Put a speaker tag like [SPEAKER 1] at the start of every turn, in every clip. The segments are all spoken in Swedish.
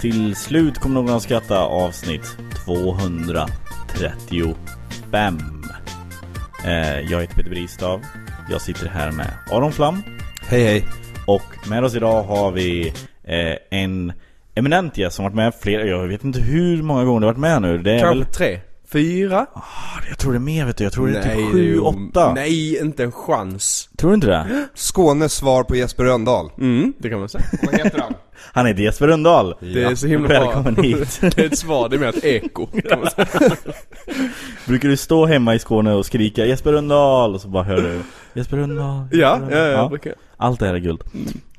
[SPEAKER 1] Till slut kommer någon att skratta avsnitt 235 eh, Jag heter Peter Bristav Jag sitter här med Aron Flam
[SPEAKER 2] Hej hej.
[SPEAKER 1] Och med oss idag har vi eh, en eminent gäst som varit med flera, jag vet inte hur många gånger du har varit med nu Det är
[SPEAKER 2] Kanske
[SPEAKER 1] väl,
[SPEAKER 2] tre? Fyra?
[SPEAKER 1] jag tror det är mer vet du, jag tror det är typ
[SPEAKER 2] det är ju-
[SPEAKER 1] sju, åtta
[SPEAKER 2] Nej, inte en chans.
[SPEAKER 1] Tror du inte det?
[SPEAKER 3] Skånes svar på Jesper Rönndahl.
[SPEAKER 2] Mm, det kan man säga.
[SPEAKER 3] Vad heter han?
[SPEAKER 1] Han heter Jesper Rönndahl
[SPEAKER 2] Det är så himla
[SPEAKER 1] Välkommen
[SPEAKER 2] bra.
[SPEAKER 1] hit
[SPEAKER 2] det är ett svar, det är mer ett eko. kan man säga.
[SPEAKER 1] Brukar du stå hemma i Skåne och skrika 'Jesper Rönndahl' och så bara hör du 'Jesper Rönndahl' Jesper
[SPEAKER 2] Ja, ja,
[SPEAKER 1] Rönndahl."
[SPEAKER 2] ja, jag Eh, brukar.
[SPEAKER 1] Allt det här är guld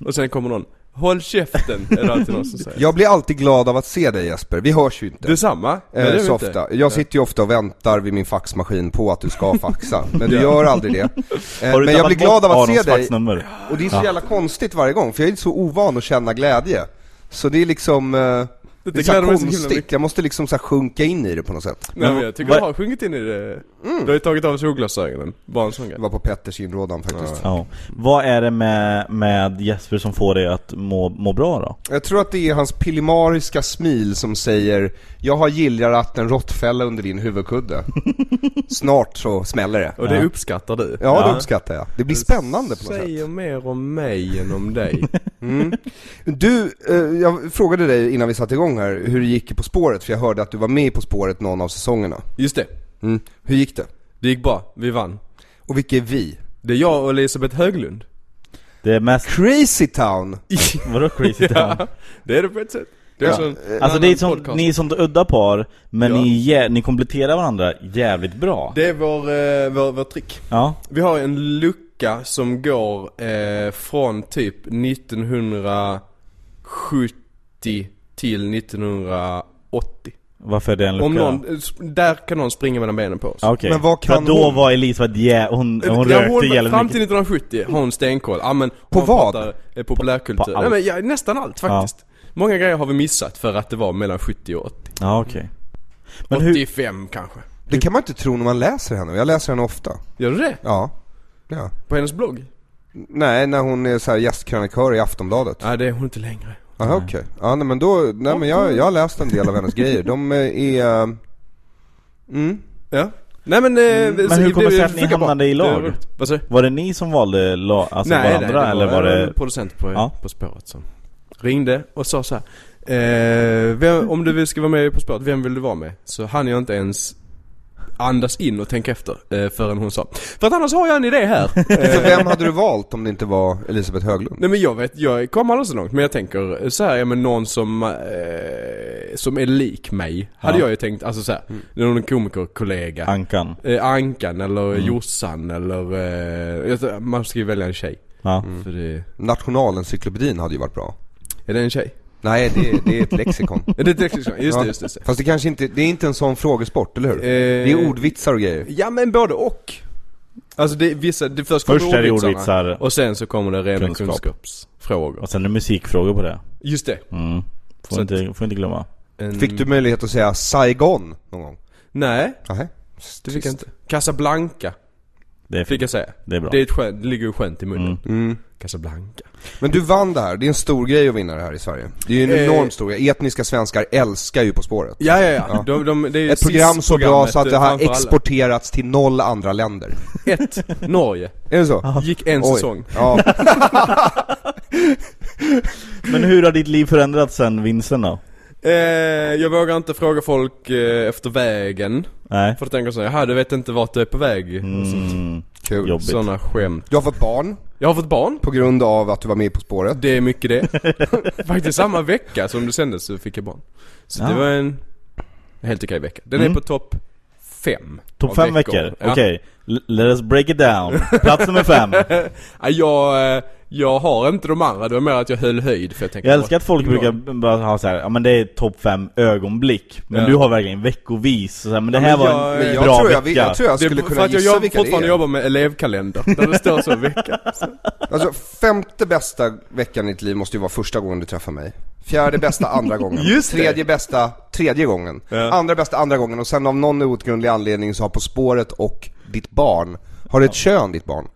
[SPEAKER 2] Och sen kommer någon. Håll käften, är det alltid någon som säger.
[SPEAKER 3] Jag blir alltid glad av att se dig Jesper, vi hörs ju inte.
[SPEAKER 2] Detsamma. Men det
[SPEAKER 3] eh,
[SPEAKER 2] är vi
[SPEAKER 3] så
[SPEAKER 2] inte.
[SPEAKER 3] ofta. Jag sitter ju ofta och väntar vid min faxmaskin på att du ska faxa, men du gör aldrig det. Eh,
[SPEAKER 1] Har du
[SPEAKER 3] men jag
[SPEAKER 1] tappat
[SPEAKER 3] blir glad
[SPEAKER 1] bort
[SPEAKER 3] av att se
[SPEAKER 1] Arons
[SPEAKER 3] dig,
[SPEAKER 1] faxnummer?
[SPEAKER 3] och det är så jävla konstigt varje gång, för jag är så ovan att känna glädje. Så det är liksom, eh, det, är så här
[SPEAKER 2] gläder mig så himla
[SPEAKER 3] konstigt,
[SPEAKER 2] mycket.
[SPEAKER 3] jag måste liksom så här sjunka in i det på något sätt.
[SPEAKER 2] Nej, men jag tycker
[SPEAKER 1] Vad-
[SPEAKER 2] du har sjungit in i det. Du har ju tagit av solglasögonen. Bara en sån grej.
[SPEAKER 3] Det var på Petters inrådan faktiskt.
[SPEAKER 1] Ja. Vad är det med, med Jesper som får dig att må, må bra då?
[SPEAKER 3] Jag tror att det är hans pillemariska smil som säger Jag har gillrat en råttfälla under din huvudkudde. Snart så smäller det.
[SPEAKER 2] Och det uppskattar du?
[SPEAKER 3] Ja, det uppskattar jag. Det blir spännande på något sätt.
[SPEAKER 2] Säger mer om mig än om dig.
[SPEAKER 3] Du, eh, jag frågade dig innan vi satte igång här hur det gick i På spåret, för jag hörde att du var med i På spåret någon av säsongerna.
[SPEAKER 2] Just det.
[SPEAKER 3] Mm. Hur gick det?
[SPEAKER 2] Det gick bra. Vi vann.
[SPEAKER 3] Och vilka är vi?
[SPEAKER 2] Det är jag och Elisabeth Höglund.
[SPEAKER 1] Det är mest,
[SPEAKER 3] Crazy Town!
[SPEAKER 1] vadå crazy town?
[SPEAKER 2] Ja, det är det på ett sätt. Det är
[SPEAKER 3] Ja.
[SPEAKER 2] som en
[SPEAKER 1] Alltså
[SPEAKER 2] annan
[SPEAKER 1] det är som,
[SPEAKER 2] podcast.
[SPEAKER 1] ni är som ett udda par, men
[SPEAKER 2] Ja.
[SPEAKER 1] ni, jä- ni kompletterar varandra jävligt bra
[SPEAKER 2] Det är vår, eh, vår, vår trick.
[SPEAKER 1] Ja,
[SPEAKER 2] Vi har en lucka som går eh, från typ 1970 till 1980.
[SPEAKER 1] varför är det en lucka?
[SPEAKER 2] Om någon, eh, sp- där kan någon springa mellan benen på oss. Eh,
[SPEAKER 1] Ja, Okej,
[SPEAKER 3] Men vad
[SPEAKER 1] För
[SPEAKER 3] kan
[SPEAKER 1] då
[SPEAKER 3] hon?
[SPEAKER 1] var Elisabeth, jä- hon, hon,
[SPEAKER 2] Ja,
[SPEAKER 1] rökte jävligt
[SPEAKER 2] Fram
[SPEAKER 1] mycket
[SPEAKER 2] till 1970 har hon stenkoll. Ja, men
[SPEAKER 3] På
[SPEAKER 2] hon
[SPEAKER 3] vad?
[SPEAKER 2] pratar, eh, populärkultur.
[SPEAKER 1] på
[SPEAKER 2] Nej,
[SPEAKER 1] allt.
[SPEAKER 2] men, ja, nästan allt faktiskt. Många grejer har vi missat för att det var mellan 70 och 80.
[SPEAKER 1] Ja okej Men hur,
[SPEAKER 2] 85 kanske.
[SPEAKER 3] Det kan man inte tro när man läser henne, jag läser henne ofta.
[SPEAKER 2] Gör du det?
[SPEAKER 3] Ja. ja.
[SPEAKER 2] På hennes blogg?
[SPEAKER 3] Nej, när hon är så här gästkrönikör i Aftonbladet.
[SPEAKER 2] Nej, det är hon inte längre.
[SPEAKER 3] Jaha okej. Ja nej, men då, nej men jag, jag har läst en del av hennes grejer. De eh, är... eh, Mm.
[SPEAKER 2] Ja. Nej men, eh, så-
[SPEAKER 1] Mm. hur kommer det sig
[SPEAKER 2] det
[SPEAKER 1] att ni
[SPEAKER 2] funkar bra.
[SPEAKER 1] hamnade i
[SPEAKER 2] Det är
[SPEAKER 1] lag?
[SPEAKER 2] roligt. Vad säger du?
[SPEAKER 1] var det ni som valde la- alltså varandra
[SPEAKER 2] det
[SPEAKER 1] eller var det?
[SPEAKER 2] en producent på,
[SPEAKER 1] Ja.
[SPEAKER 2] på spåret som ringde och sa så här. Eh, vem, om du vill ska vara med På spåret, vem vill du vara med? Så hann jag inte ens andas in och tänka efter eh, förrän hon sa. För att annars har jag en idé här. Eh,
[SPEAKER 3] Så Alltså, vem hade du valt om det inte var Elisabeth Höglund?
[SPEAKER 2] Nej men jag vet, jag kommer aldrig så långt men jag tänker så här, ja men någon som, eh, som är lik mig.
[SPEAKER 1] Ja.
[SPEAKER 2] Hade
[SPEAKER 1] Mm.
[SPEAKER 2] jag ju tänkt, alltså så här, någon komikerkollega.
[SPEAKER 1] Ankan?
[SPEAKER 2] Eh, Ankan eller
[SPEAKER 3] Mm.
[SPEAKER 2] Jossan eller... Eh, jag tror- man ska ju välja en tjej.
[SPEAKER 1] Ja.
[SPEAKER 3] Mm.
[SPEAKER 2] För det,
[SPEAKER 3] Nationalencyklopedin hade ju varit bra.
[SPEAKER 2] är det en tjej?
[SPEAKER 3] Nej, det, är- det är ett lexikon.
[SPEAKER 2] Är det tekniskt? Just
[SPEAKER 3] Ja.
[SPEAKER 2] det, just det.
[SPEAKER 3] Fast det kanske inte, det är inte en sån frågesport, eller hur?
[SPEAKER 2] Eh.
[SPEAKER 3] Det är ordvitsar och grejer.
[SPEAKER 2] Ja men både och. Alltså det, vissa, det först kommer
[SPEAKER 1] Först är det
[SPEAKER 2] ordvitsarna,
[SPEAKER 1] ordvitsar.
[SPEAKER 2] Och sen så kommer det rena
[SPEAKER 1] Kunskap.
[SPEAKER 2] kunskapsfrågor.
[SPEAKER 1] Och sen är det musikfrågor på det
[SPEAKER 2] Just det.
[SPEAKER 1] mm.
[SPEAKER 2] Så
[SPEAKER 1] får, inte, får inte glömma
[SPEAKER 2] En,
[SPEAKER 3] Fick du möjlighet att säga Saigon någon gång?
[SPEAKER 2] Nej,
[SPEAKER 3] Nej.
[SPEAKER 2] det fick jag inte. Casablanca.
[SPEAKER 1] Det är,
[SPEAKER 2] Fick
[SPEAKER 1] fint.
[SPEAKER 2] jag säga.
[SPEAKER 1] det är bra.
[SPEAKER 2] Det, är ett skönt, det ligger ju skönt i munnen.
[SPEAKER 3] Mm.
[SPEAKER 2] Casablanca.
[SPEAKER 3] Men du vann det här, det är en stor grej att vinna det här i Sverige. Det är ju en
[SPEAKER 2] Eh.
[SPEAKER 3] enorm stor grej. Etniska svenskar älskar ju På spåret.
[SPEAKER 2] Ja, ja, ja. De, de, det är ju
[SPEAKER 3] Ett program så bra
[SPEAKER 2] programmet,
[SPEAKER 3] så att det
[SPEAKER 2] eh,
[SPEAKER 3] har
[SPEAKER 2] framför alla.
[SPEAKER 3] exporterats till noll andra länder.
[SPEAKER 2] Ett, Norge.
[SPEAKER 3] Är det så?
[SPEAKER 2] Gick en
[SPEAKER 3] Oj.
[SPEAKER 2] säsong.
[SPEAKER 3] Ja.
[SPEAKER 1] Men hur har ditt liv förändrats sen vinsten då?
[SPEAKER 2] Eh, jag vågar inte fråga folk eh, efter vägen.
[SPEAKER 1] Nej?
[SPEAKER 2] För att tänka så här, "Jaha, du vet inte vart du är på väg.
[SPEAKER 1] Mm,
[SPEAKER 3] Kul.
[SPEAKER 1] jobbigt.
[SPEAKER 2] Sådana skämt.
[SPEAKER 3] Du har fått barn
[SPEAKER 2] Jag har fått barn.
[SPEAKER 3] på grund av att du var med På spåret.
[SPEAKER 2] Det är mycket det. Faktiskt samma vecka som det sändes så fick jag barn. Så
[SPEAKER 1] Ja.
[SPEAKER 2] det var en helt okej vecka. Den
[SPEAKER 1] Ah. Mm.
[SPEAKER 2] är på topp fem. av
[SPEAKER 1] Topp fem veckor?
[SPEAKER 2] Ja.
[SPEAKER 1] Okej, L- let us break it down. Plats nummer fem.
[SPEAKER 2] Ja, jag, eh, jag har inte de andra, det var mer att jag höll höjd för jag tänkte
[SPEAKER 1] Jag älskar att folk
[SPEAKER 2] Bra.
[SPEAKER 1] brukar b- bara ha så här, ja men det är topp fem ögonblick. Men
[SPEAKER 2] Ja.
[SPEAKER 1] du har verkligen veckovis, så här, men det
[SPEAKER 2] Ja,
[SPEAKER 1] här
[SPEAKER 2] men
[SPEAKER 1] var en
[SPEAKER 2] jag-
[SPEAKER 3] Men jag,
[SPEAKER 1] bra
[SPEAKER 3] tror jag,
[SPEAKER 1] vecka.
[SPEAKER 3] jag tror jag
[SPEAKER 2] Det är
[SPEAKER 3] skulle
[SPEAKER 2] för
[SPEAKER 3] kunna
[SPEAKER 2] att jag
[SPEAKER 3] gissa
[SPEAKER 2] jobb,
[SPEAKER 3] vilka det
[SPEAKER 2] fortfarande
[SPEAKER 3] är.
[SPEAKER 2] jobbar med elevkalender, där det står så vecka.
[SPEAKER 3] Alltså femte bästa veckan i ditt liv måste ju vara första gången du träffar mig. Fjärde bästa andra gången.
[SPEAKER 2] Just det.
[SPEAKER 3] Tredje bästa tredje gången.
[SPEAKER 2] Ja.
[SPEAKER 3] Andra bästa andra gången och sen av någon outgrundlig anledning så har På spåret och ditt barn, har du ett kön ditt barn?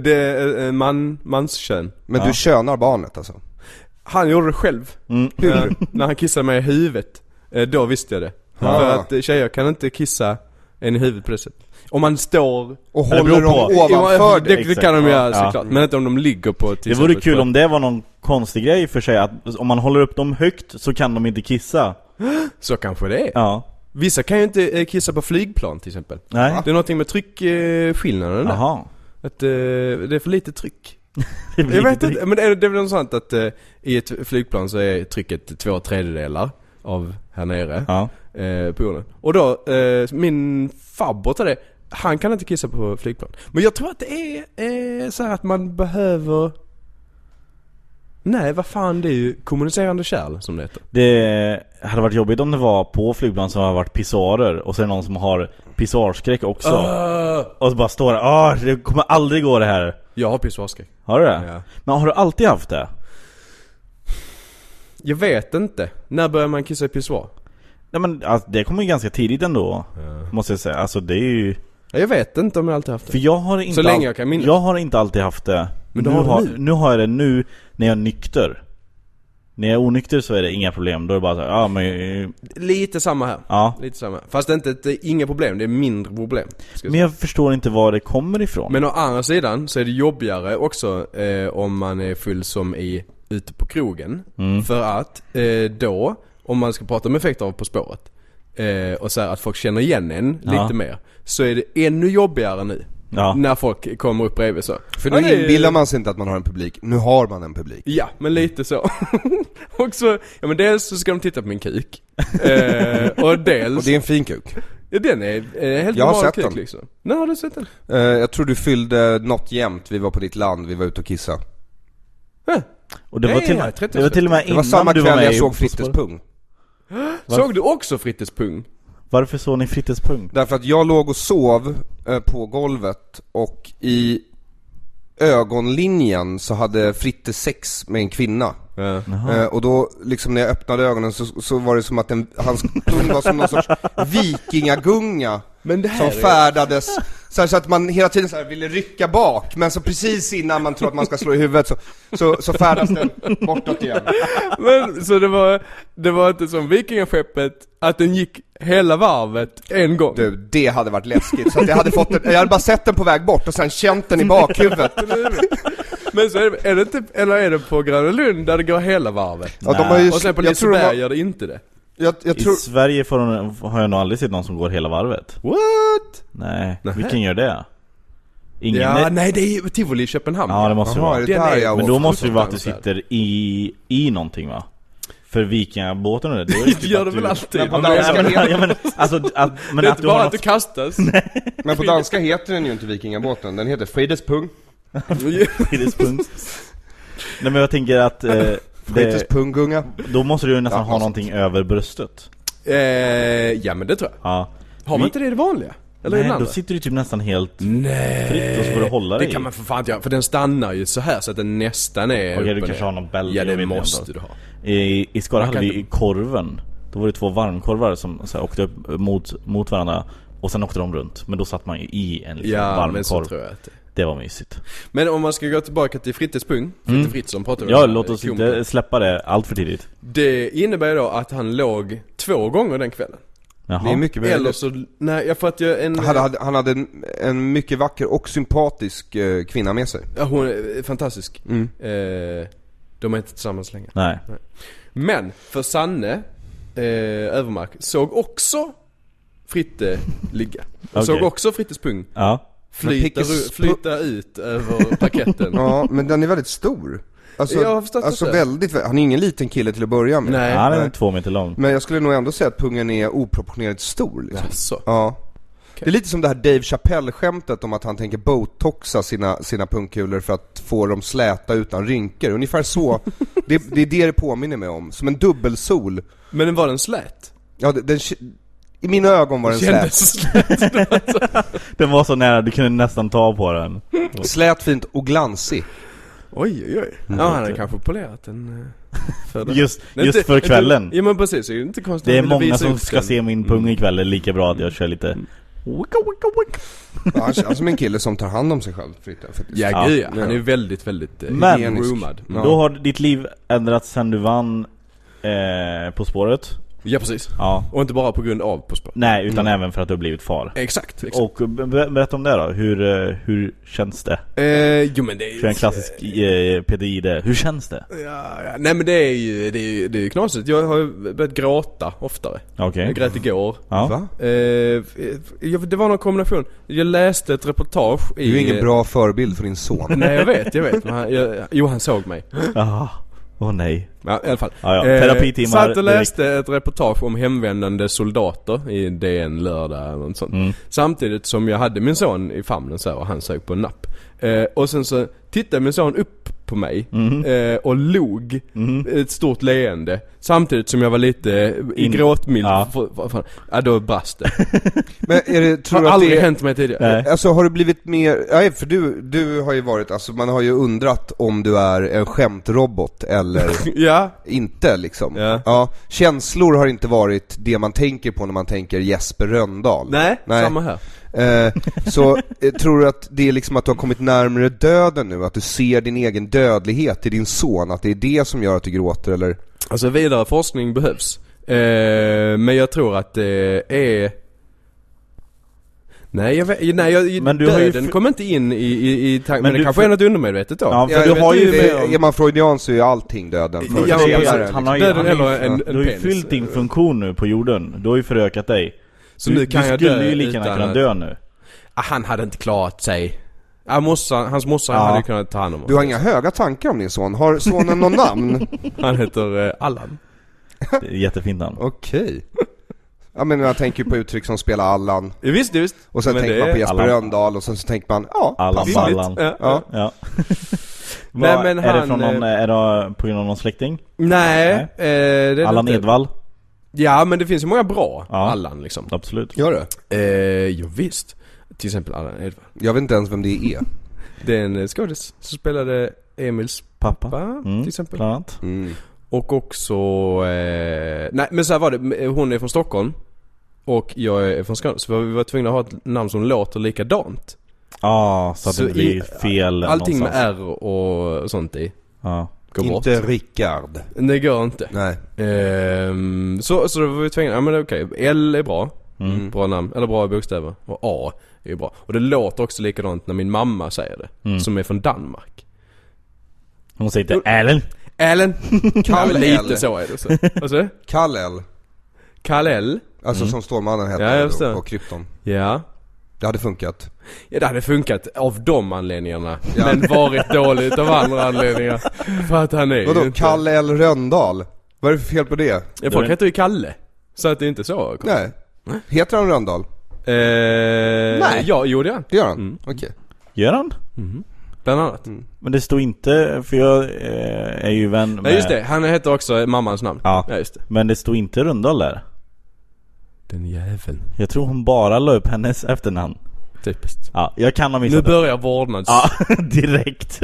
[SPEAKER 2] Det är eh, man, manskön.
[SPEAKER 3] Men du könar barnet alltså?
[SPEAKER 2] Han gjorde det själv.
[SPEAKER 1] Mm.
[SPEAKER 2] När, när han kissade mig i huvudet. eh, Då visste jag det.
[SPEAKER 3] Ah.
[SPEAKER 2] För att eh, tjejer kan inte kissa en i huvudet på det sättet. Om man står...
[SPEAKER 3] Och
[SPEAKER 1] Det
[SPEAKER 3] håller
[SPEAKER 1] beror
[SPEAKER 3] dem
[SPEAKER 1] på.
[SPEAKER 3] ovanför
[SPEAKER 2] det,
[SPEAKER 3] dig?
[SPEAKER 2] det
[SPEAKER 1] Exakt.
[SPEAKER 2] kan de
[SPEAKER 1] Ja.
[SPEAKER 2] göra
[SPEAKER 1] Ja.
[SPEAKER 2] såklart. Men inte om de ligger på till
[SPEAKER 1] Det vore
[SPEAKER 2] exempel
[SPEAKER 1] kul
[SPEAKER 2] på-
[SPEAKER 1] om det var någon konstig grej för sig, att om man håller upp dem högt så kan de inte kissa.
[SPEAKER 2] Så kanske det är.
[SPEAKER 1] Ja.
[SPEAKER 2] Vissa kan ju inte eh, kissa på flygplan till exempel.
[SPEAKER 1] Nej.
[SPEAKER 2] Det är någonting med tryckskillnaden där.
[SPEAKER 1] Jaha.
[SPEAKER 2] Att eh, det är för lite tryck.
[SPEAKER 1] Det blir
[SPEAKER 2] Jag vet
[SPEAKER 1] lite-
[SPEAKER 2] inte, men det är, det är väl något sånt att eh, i ett flygplan så är trycket två tredjedelar av här nere.
[SPEAKER 1] Ja.
[SPEAKER 2] eh, på jorden. Och då, eh, min farbror tar det. Han kan inte kissa på flygplan. Men jag tror att det är eh, så här att man behöver... Nej, vad fan det är ju kommunicerande kärl som det heter.
[SPEAKER 1] Det hade varit jobbigt om det var på flygplan som har varit pissoarer och så är det någon som har pissoarskräck också.
[SPEAKER 2] Ah!
[SPEAKER 1] Och så bara står det ah det kommer aldrig gå det här.
[SPEAKER 2] Jag har pissoarskräck.
[SPEAKER 1] Har du det?
[SPEAKER 2] Ja.
[SPEAKER 1] Men har du alltid haft det?
[SPEAKER 2] Jag vet inte. När börjar man kissa i pissoar?
[SPEAKER 1] Nej men alltså, det kommer ju ganska tidigt ändå. Måste jag säga. Alltså det är ju...
[SPEAKER 2] Ja, Jag vet inte om jag alltid haft
[SPEAKER 1] För
[SPEAKER 2] det.
[SPEAKER 1] jag har inte...
[SPEAKER 2] Så länge
[SPEAKER 1] all-
[SPEAKER 2] jag kan minnas.
[SPEAKER 1] Jag har inte alltid haft det.
[SPEAKER 2] Men du har det
[SPEAKER 1] har,
[SPEAKER 2] nu.
[SPEAKER 1] nu har jag det nu när jag är nykter. När jag är onykter så är det inga problem. Då är det bara så här, ja men... eh,
[SPEAKER 2] Lite samma här.
[SPEAKER 1] Ja.
[SPEAKER 2] Lite samma. Fast det är inte ett, eh, inga problem, det är mindre problem. ska jag säga.
[SPEAKER 1] Men jag förstår inte var det kommer ifrån.
[SPEAKER 2] Men å andra sidan så är det jobbigare också eh, om man är full som i ute på krogen.
[SPEAKER 3] Mm.
[SPEAKER 2] För att eh, då, om man ska prata om effekter av På spåret eh, och så här att folk känner igen en
[SPEAKER 1] Ja.
[SPEAKER 2] lite mer. Så är det ännu jobbigare nu.
[SPEAKER 1] Ja.
[SPEAKER 2] När folk kommer upp bredvid så.
[SPEAKER 3] För nu
[SPEAKER 2] Ja, det är-
[SPEAKER 3] inbillar man sig inte att man har en publik, nu har man en publik.
[SPEAKER 2] Ja, men lite så. och så, ja men dels så ska de titta på min kuk. Eh, och dels,
[SPEAKER 3] Och det är en fin kuk.
[SPEAKER 2] ja, den är eh, helt
[SPEAKER 3] Jag har
[SPEAKER 2] normal
[SPEAKER 3] sett
[SPEAKER 2] kuk
[SPEAKER 3] den.
[SPEAKER 2] liksom. Nej, har du sett den?
[SPEAKER 3] Eh, jag tror du fyllde något jämnt, vi var på ditt land, vi var ute och kissade.
[SPEAKER 1] och det var,
[SPEAKER 2] Nej,
[SPEAKER 1] till,
[SPEAKER 2] jag är
[SPEAKER 1] det var till och med
[SPEAKER 3] Det
[SPEAKER 1] innan
[SPEAKER 3] var samma
[SPEAKER 1] du var
[SPEAKER 3] kväll
[SPEAKER 1] med
[SPEAKER 3] jag
[SPEAKER 1] i
[SPEAKER 3] såg
[SPEAKER 1] På
[SPEAKER 3] Frittes
[SPEAKER 1] spåret.
[SPEAKER 3] pung.
[SPEAKER 2] Såg du också Frittes pung?
[SPEAKER 1] Varför såg ni Frittes pung?
[SPEAKER 3] Därför att jag låg och sov eh, på golvet och i ögonlinjen så hade Fritte sex med en kvinna.
[SPEAKER 2] Ja.
[SPEAKER 3] Eh, och då liksom när jag öppnade ögonen så, så var det som att den, hans pung var som någon sorts vikingagunga
[SPEAKER 2] Men det här
[SPEAKER 3] som
[SPEAKER 2] är-
[SPEAKER 3] färdades. Så, här, så att man hela tiden så här ville rycka bak, men så precis innan man tror att man ska slå i huvudet så, så, så färdas den bortåt igen.
[SPEAKER 2] Men så det var, det var inte som vikingaskeppet, att den gick hela varvet en gång?
[SPEAKER 3] Du, det hade varit läskigt. Så att jag hade fått den, jag hade bara sett den på väg bort och sen känt den i bakhuvudet.
[SPEAKER 2] Men så är det, är det typ, eller är det på Gröna Lund där det går hela varvet?
[SPEAKER 3] Ja, de har ju,
[SPEAKER 2] Och sen på
[SPEAKER 3] jag tror de
[SPEAKER 2] Liseberg
[SPEAKER 3] har,
[SPEAKER 2] gör det inte det.
[SPEAKER 3] jag, jag
[SPEAKER 1] I
[SPEAKER 3] tror,
[SPEAKER 1] Sverige får, har jag nog aldrig sett någon som går hela varvet.
[SPEAKER 2] What?
[SPEAKER 1] Nej,
[SPEAKER 2] Nähä.
[SPEAKER 1] vilken gör det? Ingen
[SPEAKER 2] Ja,
[SPEAKER 1] ja,
[SPEAKER 2] nej det är ju Tivoli i Köpenhamn.
[SPEAKER 1] ja det måste
[SPEAKER 3] Jaha, är
[SPEAKER 1] vara.
[SPEAKER 3] det
[SPEAKER 2] Den
[SPEAKER 3] där
[SPEAKER 2] är-
[SPEAKER 3] jag
[SPEAKER 1] Men
[SPEAKER 3] åt?
[SPEAKER 1] då måste det vara att du
[SPEAKER 2] fruktansvärt.
[SPEAKER 1] sitter i, i någonting va? För vikingabåten och det, då är det typ
[SPEAKER 2] Det gör
[SPEAKER 1] att
[SPEAKER 2] det väl
[SPEAKER 1] du...
[SPEAKER 2] alltid?
[SPEAKER 3] Men på
[SPEAKER 2] Man
[SPEAKER 3] danska-
[SPEAKER 2] menar-
[SPEAKER 1] Ja, men, ja, men, alltså, att, men
[SPEAKER 2] Det är
[SPEAKER 1] att
[SPEAKER 2] inte
[SPEAKER 1] du har
[SPEAKER 2] bara att
[SPEAKER 1] något...
[SPEAKER 2] du kastas.
[SPEAKER 3] Men på danska heter den ju inte Vikingabåten, den heter Fridespung.
[SPEAKER 1] Fridhemspung. Nej men jag tänker att eh, det,
[SPEAKER 3] Fridespunggunga.
[SPEAKER 1] då måste du ju nästan
[SPEAKER 3] Ja,
[SPEAKER 1] ha någonting över bröstet.
[SPEAKER 2] eh, ja men det tror jag.
[SPEAKER 1] Ja.
[SPEAKER 2] Har man
[SPEAKER 1] Vi-
[SPEAKER 2] inte det i det vanliga? Eller
[SPEAKER 1] Nej,
[SPEAKER 2] i den
[SPEAKER 1] då
[SPEAKER 2] andra?
[SPEAKER 1] sitter du typ nästan helt
[SPEAKER 2] Nej.
[SPEAKER 1] fritt och så får du hålla
[SPEAKER 2] Det
[SPEAKER 1] dig
[SPEAKER 2] kan man för fan inte göra, för den stannar ju så här så att den nästan är
[SPEAKER 1] Okej,
[SPEAKER 2] upp
[SPEAKER 1] du
[SPEAKER 2] och
[SPEAKER 1] kanske
[SPEAKER 2] ner.
[SPEAKER 1] har någon bälte,
[SPEAKER 2] Ja
[SPEAKER 1] jag vet
[SPEAKER 2] det
[SPEAKER 1] inte om det-
[SPEAKER 2] måste du ha.
[SPEAKER 1] I, i Skara
[SPEAKER 2] Man
[SPEAKER 1] hade
[SPEAKER 2] kan
[SPEAKER 1] vi korven. Då var det två varmkorvar som så här, åkte upp mot, mot varandra. Och sen åkte de runt, men då satt man ju i en liksom
[SPEAKER 2] Ja,
[SPEAKER 1] varm
[SPEAKER 2] men så
[SPEAKER 1] korv.
[SPEAKER 2] tror jag att det
[SPEAKER 1] Det var mysigt.
[SPEAKER 2] Men om man ska gå tillbaka till Frittes punkt, Fritte
[SPEAKER 3] Mm.
[SPEAKER 2] Fritzson pratar vi
[SPEAKER 1] Ja,
[SPEAKER 2] om,
[SPEAKER 1] låt
[SPEAKER 2] eh,
[SPEAKER 1] oss
[SPEAKER 2] komiker.
[SPEAKER 1] inte släppa det allt för tidigt.
[SPEAKER 2] Det innebär ju då att han låg två gånger den kvällen.
[SPEAKER 1] Jaha.
[SPEAKER 3] Det är mycket möjligt.
[SPEAKER 2] Eller så, nej jag för att jag en,
[SPEAKER 3] Han hade- hade, han hade en, en mycket vacker och sympatisk eh, kvinna med sig.
[SPEAKER 2] ja, hon är fantastisk.
[SPEAKER 3] Mm.
[SPEAKER 2] Eh, de är inte tillsammans längre.
[SPEAKER 1] Nej.
[SPEAKER 2] Men, för Sanne eh, Övermark såg också Fritte ligga.
[SPEAKER 1] Okej.
[SPEAKER 2] Okay. Såg också Frittes pung
[SPEAKER 1] Ja.
[SPEAKER 2] flyta,
[SPEAKER 3] Pickes
[SPEAKER 2] ru-
[SPEAKER 3] pu-
[SPEAKER 2] flyta ut över parketten.
[SPEAKER 3] Ja, men den är väldigt stor. Alltså,
[SPEAKER 2] Jag har förstått
[SPEAKER 3] alltså
[SPEAKER 2] det.
[SPEAKER 3] väldigt, vä- han är ingen liten kille till att börja med.
[SPEAKER 2] Nej.
[SPEAKER 1] Han är två meter lång.
[SPEAKER 3] Men jag skulle nog ändå säga att pungen är oproportionerligt stor liksom.
[SPEAKER 2] Alltså.
[SPEAKER 3] Ja. Det är lite som det här Dave Chappelle-skämtet om att han tänker botoxa sina, sina pungkulor för att få dem släta utan rynkor. Ungefär så. det, det är det det påminner mig om. Som en dubbelsol.
[SPEAKER 2] Men den var den slät?
[SPEAKER 3] Ja, den, den, I mina ögon var den slät.
[SPEAKER 2] Kändes slät.
[SPEAKER 1] Den var så nära, du kunde nästan ta på den.
[SPEAKER 3] Slät, fint och glansig.
[SPEAKER 2] Oj, oj, oj. Ja, han hade kanske polerat den eh, för det.
[SPEAKER 1] Mm. Just,
[SPEAKER 2] Nej,
[SPEAKER 1] just
[SPEAKER 2] inte-
[SPEAKER 1] för
[SPEAKER 2] inte-
[SPEAKER 1] kvällen.
[SPEAKER 2] Ja men precis, det är inte konstigt
[SPEAKER 1] Det är
[SPEAKER 2] Han ville
[SPEAKER 1] många
[SPEAKER 2] visa
[SPEAKER 1] som
[SPEAKER 2] upp Mm.
[SPEAKER 1] ska
[SPEAKER 2] den.
[SPEAKER 1] se min pung ikväll, det är lika bra att jag kör lite... Wicka, wicka, wicka.
[SPEAKER 3] Ja, Han känns som en kille som tar hand om sig själv, Fritte, faktiskt.
[SPEAKER 2] Ja,
[SPEAKER 1] Ja.
[SPEAKER 2] gud ja. Han är ju väldigt, väldigt eh,
[SPEAKER 1] Men-
[SPEAKER 2] groomad.
[SPEAKER 3] Ja.
[SPEAKER 1] Då har ditt liv ändrats sen du vann eh, På spåret.
[SPEAKER 2] Ja, Mm. precis.
[SPEAKER 1] Ja.
[SPEAKER 2] Och inte bara på grund av På spåret.
[SPEAKER 1] Nej, utan även för att du har blivit far.
[SPEAKER 2] Exakt, exakt.
[SPEAKER 1] Och be- be- berätta om det då, hur, eh, hur känns det?
[SPEAKER 2] Eh, jo men det är
[SPEAKER 1] Kör en klassisk eh, PDI det. Hur känns det?
[SPEAKER 2] Ja, ja. Nej men det är ju, det är ju, det är ju knasigt. Jag har ju börjat gråta oftare.
[SPEAKER 1] Okej.
[SPEAKER 2] Jag grät igår.
[SPEAKER 1] Ja.
[SPEAKER 3] Va?
[SPEAKER 2] Eh, jag, det var någon kombination. Jag läste ett reportage i...
[SPEAKER 3] Du är ju ingen bra förebild för din son.
[SPEAKER 2] Nej jag vet, jag vet. Men han, jag, jo han såg mig.
[SPEAKER 1] Jaha. Åh nej.
[SPEAKER 2] Ja, i alla fall. Eh,
[SPEAKER 1] Ja, ja. Terapitimmar
[SPEAKER 2] satt och
[SPEAKER 1] direkt.
[SPEAKER 2] läste ett reportage om hemvändande soldater i DN lördag eller något sånt.
[SPEAKER 1] Mm.
[SPEAKER 2] Samtidigt som jag hade min son i famnen så här, och han sög på en napp. Eh, och sen så tittade min son upp på mig
[SPEAKER 1] Mhm.
[SPEAKER 2] eh, och log ett stort leende. Samtidigt som jag var lite i
[SPEAKER 1] In-
[SPEAKER 2] gråtmild.
[SPEAKER 1] Ja.
[SPEAKER 2] Ja. ja, då brast det.
[SPEAKER 3] Men är det,
[SPEAKER 2] Det
[SPEAKER 3] tror
[SPEAKER 2] har
[SPEAKER 3] du att
[SPEAKER 2] aldrig
[SPEAKER 3] det är...
[SPEAKER 2] hänt mig tidigare.
[SPEAKER 1] Nej.
[SPEAKER 3] Alltså har du blivit mer, nej för du, du har ju varit, alltså man har ju undrat om du är en skämtrobot eller
[SPEAKER 2] Ja,
[SPEAKER 3] inte liksom.
[SPEAKER 2] Ja.
[SPEAKER 3] Känslor har inte varit det man tänker på när man tänker Jesper Röndahl.
[SPEAKER 2] nej, samma här.
[SPEAKER 3] Eh, så eh, tror du att det är liksom att du har kommit närmare döden nu? Att du ser din egen dödlighet i din son? Att det är det som gör att du gråter eller?
[SPEAKER 2] Alltså vidare forskning behövs. Eh, men jag tror att det är... Nej, jag vet, nej jag,
[SPEAKER 1] Men
[SPEAKER 2] men
[SPEAKER 1] du har ju
[SPEAKER 2] döden
[SPEAKER 1] f-
[SPEAKER 2] kom inte in i, i, i
[SPEAKER 1] Men
[SPEAKER 2] tanken. Men, det
[SPEAKER 1] du
[SPEAKER 2] kanske
[SPEAKER 1] för-
[SPEAKER 2] är något undermedvetet då.
[SPEAKER 1] Ja,
[SPEAKER 2] Ja,
[SPEAKER 1] för du
[SPEAKER 3] vet
[SPEAKER 1] har ju...
[SPEAKER 3] inte,
[SPEAKER 1] med-
[SPEAKER 3] Eh, är man freudian så är ju allting döden förr
[SPEAKER 2] Ja,
[SPEAKER 3] eller
[SPEAKER 2] precis.
[SPEAKER 3] senare,
[SPEAKER 1] Han har ju, han
[SPEAKER 2] Döden
[SPEAKER 1] har ju,
[SPEAKER 2] eller en- en
[SPEAKER 1] du har ju
[SPEAKER 2] penis. eh,
[SPEAKER 1] fyllt din funktion nu på jorden. Du har ju förökat dig.
[SPEAKER 2] så
[SPEAKER 1] du,
[SPEAKER 2] nu kan
[SPEAKER 1] du
[SPEAKER 2] jag
[SPEAKER 1] skulle
[SPEAKER 2] dö
[SPEAKER 1] ju lika gärna
[SPEAKER 2] utan
[SPEAKER 1] kunna
[SPEAKER 2] att-
[SPEAKER 1] dö nu.
[SPEAKER 2] Ah, han hade inte klarat sig. Ah, morsan, hans morsa
[SPEAKER 1] Ja.
[SPEAKER 2] hade ju kunnat ta hand om
[SPEAKER 3] Du
[SPEAKER 2] honom.
[SPEAKER 3] har inga höga tankar om din son. Har sonen något namn?
[SPEAKER 2] Han heter eh, Allan.
[SPEAKER 1] Det är Jättefint namn.
[SPEAKER 3] Okej. Ja men jag tänker ju på uttryck som spela Allan,
[SPEAKER 2] Ja, Visst, visst.
[SPEAKER 3] och sen
[SPEAKER 2] Men
[SPEAKER 3] tänker
[SPEAKER 2] det
[SPEAKER 3] man på
[SPEAKER 2] är
[SPEAKER 3] Jesper
[SPEAKER 1] Allan.
[SPEAKER 3] Rönndahl och sen så tänker man, ja,
[SPEAKER 1] Allan
[SPEAKER 3] passar.
[SPEAKER 2] rimligt.
[SPEAKER 1] Ballan.
[SPEAKER 2] Ja.
[SPEAKER 3] Ja.
[SPEAKER 1] Ja.
[SPEAKER 2] Nej,
[SPEAKER 1] Vad-
[SPEAKER 2] men
[SPEAKER 1] är det
[SPEAKER 2] han,
[SPEAKER 1] från någon,
[SPEAKER 2] eh,
[SPEAKER 1] är det på grund av någon släkting?
[SPEAKER 2] Nej, eh, det är det
[SPEAKER 1] Allan
[SPEAKER 2] inte.
[SPEAKER 1] Edwall?
[SPEAKER 2] Ja, men det finns ju många bra
[SPEAKER 1] Ja.
[SPEAKER 2] Allan liksom.
[SPEAKER 1] Absolut.
[SPEAKER 3] Gör det?
[SPEAKER 2] Eh, jo, visst. Till exempel Allan Edwall.
[SPEAKER 3] Jag vet inte ens vem det är.
[SPEAKER 2] Det är en eh, skådis som spelade Emils
[SPEAKER 1] Pappa?
[SPEAKER 2] pappa
[SPEAKER 1] Mm,
[SPEAKER 2] till exempel.
[SPEAKER 1] Bland annat.
[SPEAKER 2] Och också, eh, nej men så här var det, hon är från Stockholm och jag är från Skåne. Så vi var tvungna att ha ett namn som låter likadant.
[SPEAKER 1] Ja, så att
[SPEAKER 2] Så
[SPEAKER 1] det inte blir
[SPEAKER 2] i-
[SPEAKER 1] fel
[SPEAKER 2] Allting med
[SPEAKER 1] någonstans.
[SPEAKER 2] R och sånt i
[SPEAKER 1] Ja.
[SPEAKER 2] går bort.
[SPEAKER 3] Inte Rickard.
[SPEAKER 2] Det går inte.
[SPEAKER 3] Nej.
[SPEAKER 2] Ehm, så, så då var vi tvungna, ja men okej, L är bra. Bra namn, eller bra bokstäver. Och A är ju bra. Och det låter också likadant när min mamma säger det. Som är från Danmark.
[SPEAKER 1] Hon säger inte Allen.
[SPEAKER 2] Ellen!
[SPEAKER 3] Kalle
[SPEAKER 2] Lite
[SPEAKER 3] L.
[SPEAKER 2] så är det. Så. Vad sa du?
[SPEAKER 3] Kalle L.
[SPEAKER 2] Kal-El?
[SPEAKER 3] Alltså som Stålmannen hette
[SPEAKER 2] Mm. Ja, jag
[SPEAKER 3] ja,
[SPEAKER 2] förstår.
[SPEAKER 3] på krypton.
[SPEAKER 2] Ja.
[SPEAKER 3] Det hade funkat.
[SPEAKER 2] Ja det hade funkat av de anledningarna. Men varit dåligt av andra anledningar. För att han är ju
[SPEAKER 3] Vadå,
[SPEAKER 2] inte...
[SPEAKER 3] Kalle L Röndahl? Vad är det för fel på det?
[SPEAKER 2] Ja, folk heter ju Kalle. Så att det är inte så konstigt.
[SPEAKER 3] Nej. Heter han Röndahl?
[SPEAKER 2] Eh,
[SPEAKER 3] Nej.
[SPEAKER 2] Ja, jo det är han.
[SPEAKER 3] Det gör han?
[SPEAKER 2] Mm.
[SPEAKER 3] Okej.
[SPEAKER 1] Gör han?
[SPEAKER 2] Bland annat.
[SPEAKER 1] Men det står inte, för jag eh, är ju vän med...
[SPEAKER 2] Nej just det, han heter också mammans namn.
[SPEAKER 1] Ja.
[SPEAKER 2] ja just det.
[SPEAKER 1] Men det stod inte Rundahl där.
[SPEAKER 2] Den jäveln.
[SPEAKER 1] Jag tror hon bara la upp hennes efternamn.
[SPEAKER 2] Typiskt.
[SPEAKER 1] Ja, jag kan ha
[SPEAKER 2] Nu
[SPEAKER 1] missat det.
[SPEAKER 2] börjar vårdnads...
[SPEAKER 1] Ja, direkt.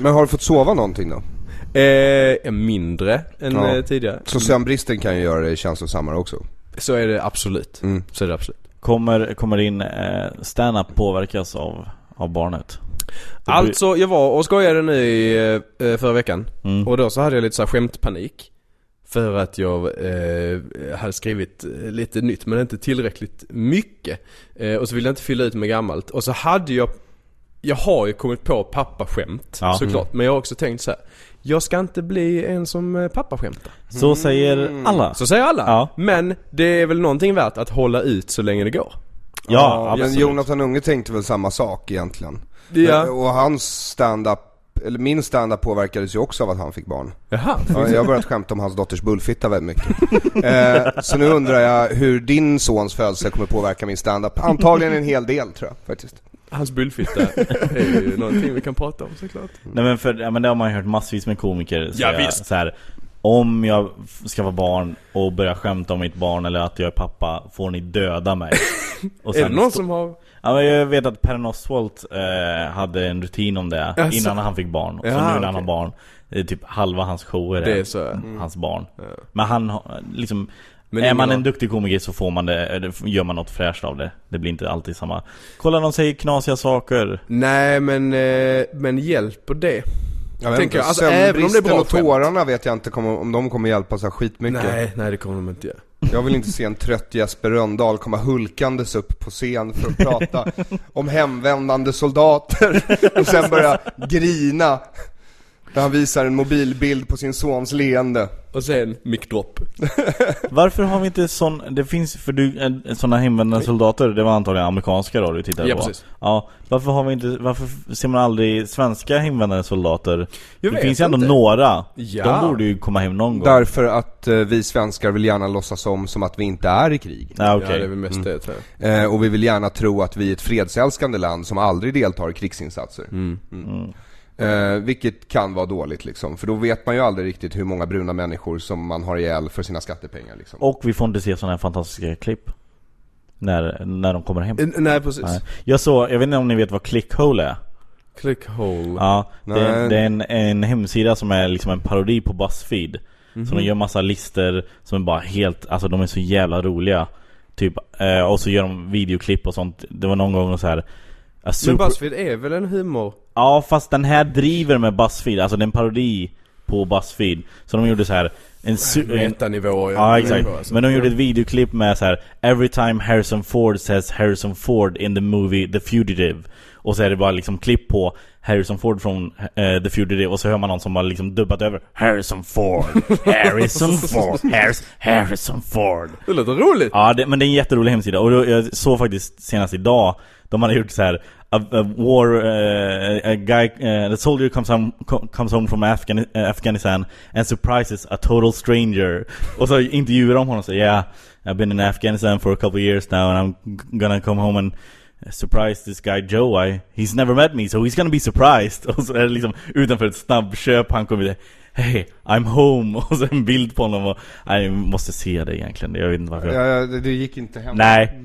[SPEAKER 3] Men har du fått sova någonting då?
[SPEAKER 2] Eh, mindre än
[SPEAKER 3] Ja.
[SPEAKER 2] eh, tidigare. Mm.
[SPEAKER 3] Så sömnbristen kan ju göra dig känslosammare också.
[SPEAKER 2] Så är det absolut.
[SPEAKER 3] Mm.
[SPEAKER 2] Så är det absolut.
[SPEAKER 1] Kommer, kommer din eh, stand-up påverkas av, av barnet? Det blir-
[SPEAKER 2] Alltså, jag var och skojade nu i, eh, förra veckan.
[SPEAKER 1] Mm.
[SPEAKER 2] Och då så hade jag lite så här skämtpanik. För att jag eh, hade skrivit eh, lite nytt men inte tillräckligt mycket. Eh, och så ville jag inte fylla ut med gammalt. Och så hade jag, jag har ju kommit på pappaskämt
[SPEAKER 1] Ja. Mm.
[SPEAKER 2] såklart. Men jag har också tänkt så här. jag ska inte bli en som eh, pappaskämtar.
[SPEAKER 1] Så säger alla.
[SPEAKER 2] Så säger alla.
[SPEAKER 1] Ja.
[SPEAKER 2] Men det är väl någonting värt att hålla ut så länge det går.
[SPEAKER 1] ja,
[SPEAKER 3] men
[SPEAKER 1] absolut.
[SPEAKER 3] Jonathan Unge tänkte väl samma sak egentligen.
[SPEAKER 2] Ja.
[SPEAKER 3] Men- Och hans stand-up, eller min stand-up påverkades ju också av att han fick barn.
[SPEAKER 2] Jaha.
[SPEAKER 3] Ja, jag har börjat skämta om hans dotters bullfitta väldigt mycket. eh, så nu undrar jag hur din sons födelse kommer påverka min stand-up. Antagligen en hel del tror jag faktiskt.
[SPEAKER 2] Hans bullfitta är ju någonting vi kan prata om såklart.
[SPEAKER 1] Nej men, för, ja, men det har man ju hört massvis med komiker säga
[SPEAKER 2] Ja, visst.
[SPEAKER 1] så här. Om jag f- skaffar barn och börjar skämta om mitt barn eller att jag är pappa får ni döda mig och
[SPEAKER 2] Är det någon
[SPEAKER 1] stå-
[SPEAKER 2] som har
[SPEAKER 1] ja, men Jag vet att Per Oswalt eh, hade en rutin om det
[SPEAKER 2] Jaså?
[SPEAKER 1] innan han fick barn Så
[SPEAKER 2] Ja,
[SPEAKER 1] nu när
[SPEAKER 2] okej.
[SPEAKER 1] han har barn Det är typ halva hans shower
[SPEAKER 2] Det är så, ja.
[SPEAKER 1] hans barn Men han har- liksom
[SPEAKER 2] Men
[SPEAKER 1] är
[SPEAKER 2] ingen
[SPEAKER 1] man
[SPEAKER 2] har-
[SPEAKER 1] en duktig komiker så får man det, eller gör man något fräscht av det Det blir inte alltid samma Kolla de säger knasiga saker
[SPEAKER 2] Nej men, eh, men hjälper det?
[SPEAKER 3] Jag vet
[SPEAKER 2] Tänker
[SPEAKER 3] inte,
[SPEAKER 2] jag, alltså, även om det är bra
[SPEAKER 3] sömnbristen och
[SPEAKER 2] skämt.
[SPEAKER 3] tårarna vet jag inte kommer, om de kommer hjälpa så här skitmycket.
[SPEAKER 2] Nej, nej det kommer de inte göra.
[SPEAKER 3] Jag vill inte se en trött Jesper Rönndahl komma hulkandes upp på scen för att prata om hemvändande soldater och sen börja grina när han visar en mobilbild på sin sons leende.
[SPEAKER 2] Och sen mic drop.
[SPEAKER 1] Varför har vi inte sån, det finns, för du, sådana hemvända soldater, det var antagligen amerikanska då du tittade
[SPEAKER 2] Ja,
[SPEAKER 1] på?
[SPEAKER 2] precis.
[SPEAKER 1] Ja, varför har vi inte, varför ser man aldrig svenska hemvändande soldater?
[SPEAKER 2] Jag
[SPEAKER 1] det
[SPEAKER 2] vet
[SPEAKER 1] finns ju ändå
[SPEAKER 2] inte.
[SPEAKER 1] några,
[SPEAKER 2] Ja.
[SPEAKER 1] de borde ju komma hem någon gång
[SPEAKER 3] Därför att eh, vi svenskar vill gärna låtsas om som att vi inte är i krig.
[SPEAKER 1] Ja,
[SPEAKER 2] Ja
[SPEAKER 1] okej.
[SPEAKER 2] det är väl mest det tror jag.
[SPEAKER 3] Eh, och vi vill gärna tro att vi är ett fredsälskande land som aldrig deltar i krigsinsatser. Mm. Eh, vilket kan vara dåligt liksom, för då vet man ju aldrig riktigt hur många bruna människor som man har ihjäl för sina skattepengar liksom.
[SPEAKER 1] Och vi får inte se sådana här fantastiska klipp när, när de kommer hem
[SPEAKER 2] Eh, Nej precis.
[SPEAKER 1] Nej. Jag såg, jag vet inte om ni vet vad clickhole är?
[SPEAKER 2] Click hole.
[SPEAKER 1] Ja, det är,
[SPEAKER 3] Nej.
[SPEAKER 1] det är en, en hemsida som är liksom en parodi på Buzzfeed Så de gör massa listor som är bara helt, alltså de är så jävla roliga Typ, eh, och så gör de videoklipp och sånt Det var någon gång så här a
[SPEAKER 2] Men
[SPEAKER 1] super...
[SPEAKER 2] Buzzfeed är väl en humor?
[SPEAKER 1] Ja fast den här driver med Buzzfeed, alltså det är en parodi på Buzzfeed Så de gjorde så här en, su- en
[SPEAKER 2] Metanivå
[SPEAKER 1] Ja
[SPEAKER 2] alltså.
[SPEAKER 1] exakt, men de gjorde ett videoklipp med så här Every time Harrison Ford says Harrison Ford in the movie The Fugitive Och så är det bara liksom klipp på Harrison Ford från eh, The Fugitive och så hör man någon som har liksom dubbat över Harrison Ford, Harrison Ford, Harris, Harrison Ford
[SPEAKER 2] Det låter roligt.
[SPEAKER 1] Ja, det, men det är en jätterolig hemsida och då, jag såg faktiskt senast idag De hade gjort så här A, a war, eh, a guy, eh, a soldier comes home, co- comes home from Afghan, eh, Afghanistan and surprises a total stranger. Och så intervjuar de honom och säger yeah, I've been in Afghanistan for a couple years now and I'm g- gonna come home and surprise this guy Joe. I, he's never met me so he's gonna be surprised. Och så är det liksom utanför ett snabbköp han kommer dit. Hey, I'm home! Och så en bild på honom och... Nej, jag måste se det egentligen. Jag vet inte varför. jag-
[SPEAKER 3] Ja, det, det gick inte hem.
[SPEAKER 1] Nej,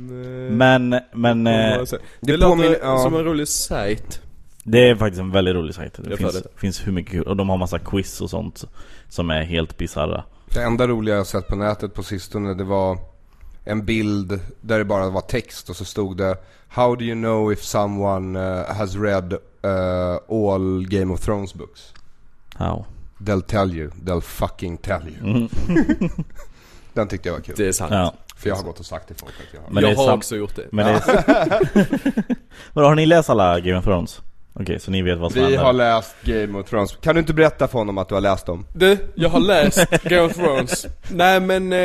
[SPEAKER 1] men, men eh,
[SPEAKER 2] Det,
[SPEAKER 3] det
[SPEAKER 2] låter
[SPEAKER 3] påminner- ja.
[SPEAKER 2] som en rolig sajt.
[SPEAKER 1] det är faktiskt en väldigt rolig sajt. Det
[SPEAKER 2] Jag
[SPEAKER 1] finns,
[SPEAKER 2] tar
[SPEAKER 1] finns hur mycket kul, och de har massa quiz och sånt som är helt bizarra.
[SPEAKER 3] Det enda roliga jag sett på nätet på sistone det var en bild där det bara var text och så stod det How do you know if someone eh, has read eh, all Game of Thrones books?
[SPEAKER 1] Ja.
[SPEAKER 3] They'll tell you, they'll fucking tell you. Den tyckte jag var kul.
[SPEAKER 2] Det är sant.
[SPEAKER 1] Ja.
[SPEAKER 3] För jag har gått och sagt till folk att jag har.
[SPEAKER 1] Men
[SPEAKER 2] jag
[SPEAKER 1] det är
[SPEAKER 2] har
[SPEAKER 1] sam-
[SPEAKER 2] också gjort det.
[SPEAKER 1] Men det är... Vadå, har ni läst alla Game of Thrones? Okej, så ni vet vad som
[SPEAKER 3] Vi
[SPEAKER 1] händer?
[SPEAKER 3] har läst Game of Thrones. Kan du inte berätta för honom att du har läst dem?
[SPEAKER 2] Du, jag har läst Game of Thrones. Nej men eh,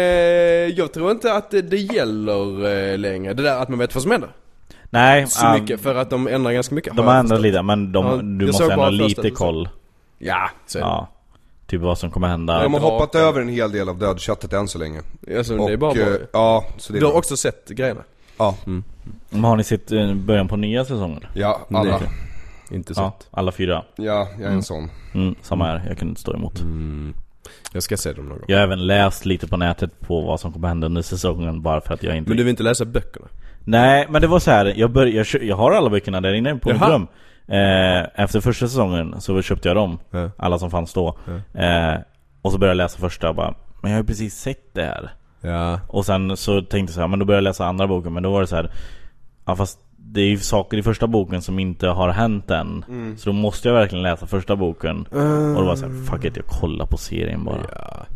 [SPEAKER 2] jag tror inte att det, det gäller eh, längre. Det där att man vet vad som händer.
[SPEAKER 1] Nej,
[SPEAKER 2] Så
[SPEAKER 1] ehm,
[SPEAKER 2] mycket, för att de ändrar ganska mycket.
[SPEAKER 1] de
[SPEAKER 2] jag
[SPEAKER 1] har ändrat
[SPEAKER 2] förstått.
[SPEAKER 1] lite men de,
[SPEAKER 2] Ja,
[SPEAKER 1] du
[SPEAKER 2] jag
[SPEAKER 1] måste
[SPEAKER 2] såg
[SPEAKER 1] ändå
[SPEAKER 2] bara
[SPEAKER 1] ha
[SPEAKER 2] första,
[SPEAKER 1] lite
[SPEAKER 2] så-
[SPEAKER 1] koll.
[SPEAKER 2] Ja, så är det.
[SPEAKER 1] Ja. Typ vad som kommer hända.
[SPEAKER 3] De har
[SPEAKER 2] bra.
[SPEAKER 3] hoppat över en hel del av dödköttet än så länge.
[SPEAKER 2] Alltså, det är bara bra.
[SPEAKER 3] eh, Ja, så det är
[SPEAKER 2] Du har
[SPEAKER 3] bra.
[SPEAKER 2] också Mm. sett grejerna?
[SPEAKER 3] Ja,
[SPEAKER 1] Men Har ni sett eh, början på nya säsongen?
[SPEAKER 3] ja alla.
[SPEAKER 2] Nej. Inte så.
[SPEAKER 1] Ja, alla fyra.
[SPEAKER 3] Ja, jag är en sån.
[SPEAKER 1] Mm, samma här, jag kunde inte stå emot.
[SPEAKER 2] Mm. Jag ska se dem någon gång.
[SPEAKER 1] Jag har även läst lite på nätet på vad som kommer hända under säsongen bara för att jag inte...
[SPEAKER 2] Men du vill inte läsa böckerna?
[SPEAKER 1] Nej, men det var så här. jag, bör... jag, kö... jag har alla böckerna där inne på mitt
[SPEAKER 2] Jaha.
[SPEAKER 1] rum. Eh, efter första säsongen så köpte jag dem,
[SPEAKER 2] Ja.
[SPEAKER 1] alla som fanns då. Eh, och så började jag läsa första och bara, men jag har ju precis sett det här.
[SPEAKER 2] Ja.
[SPEAKER 1] Och sen så tänkte jag så här, men då började jag läsa andra boken men då var det så här Ja fast det är ju saker i första boken som inte har hänt än Så då måste jag verkligen läsa första boken Och då var jag så här, fuck it, jag kollar på serien bara
[SPEAKER 2] ja.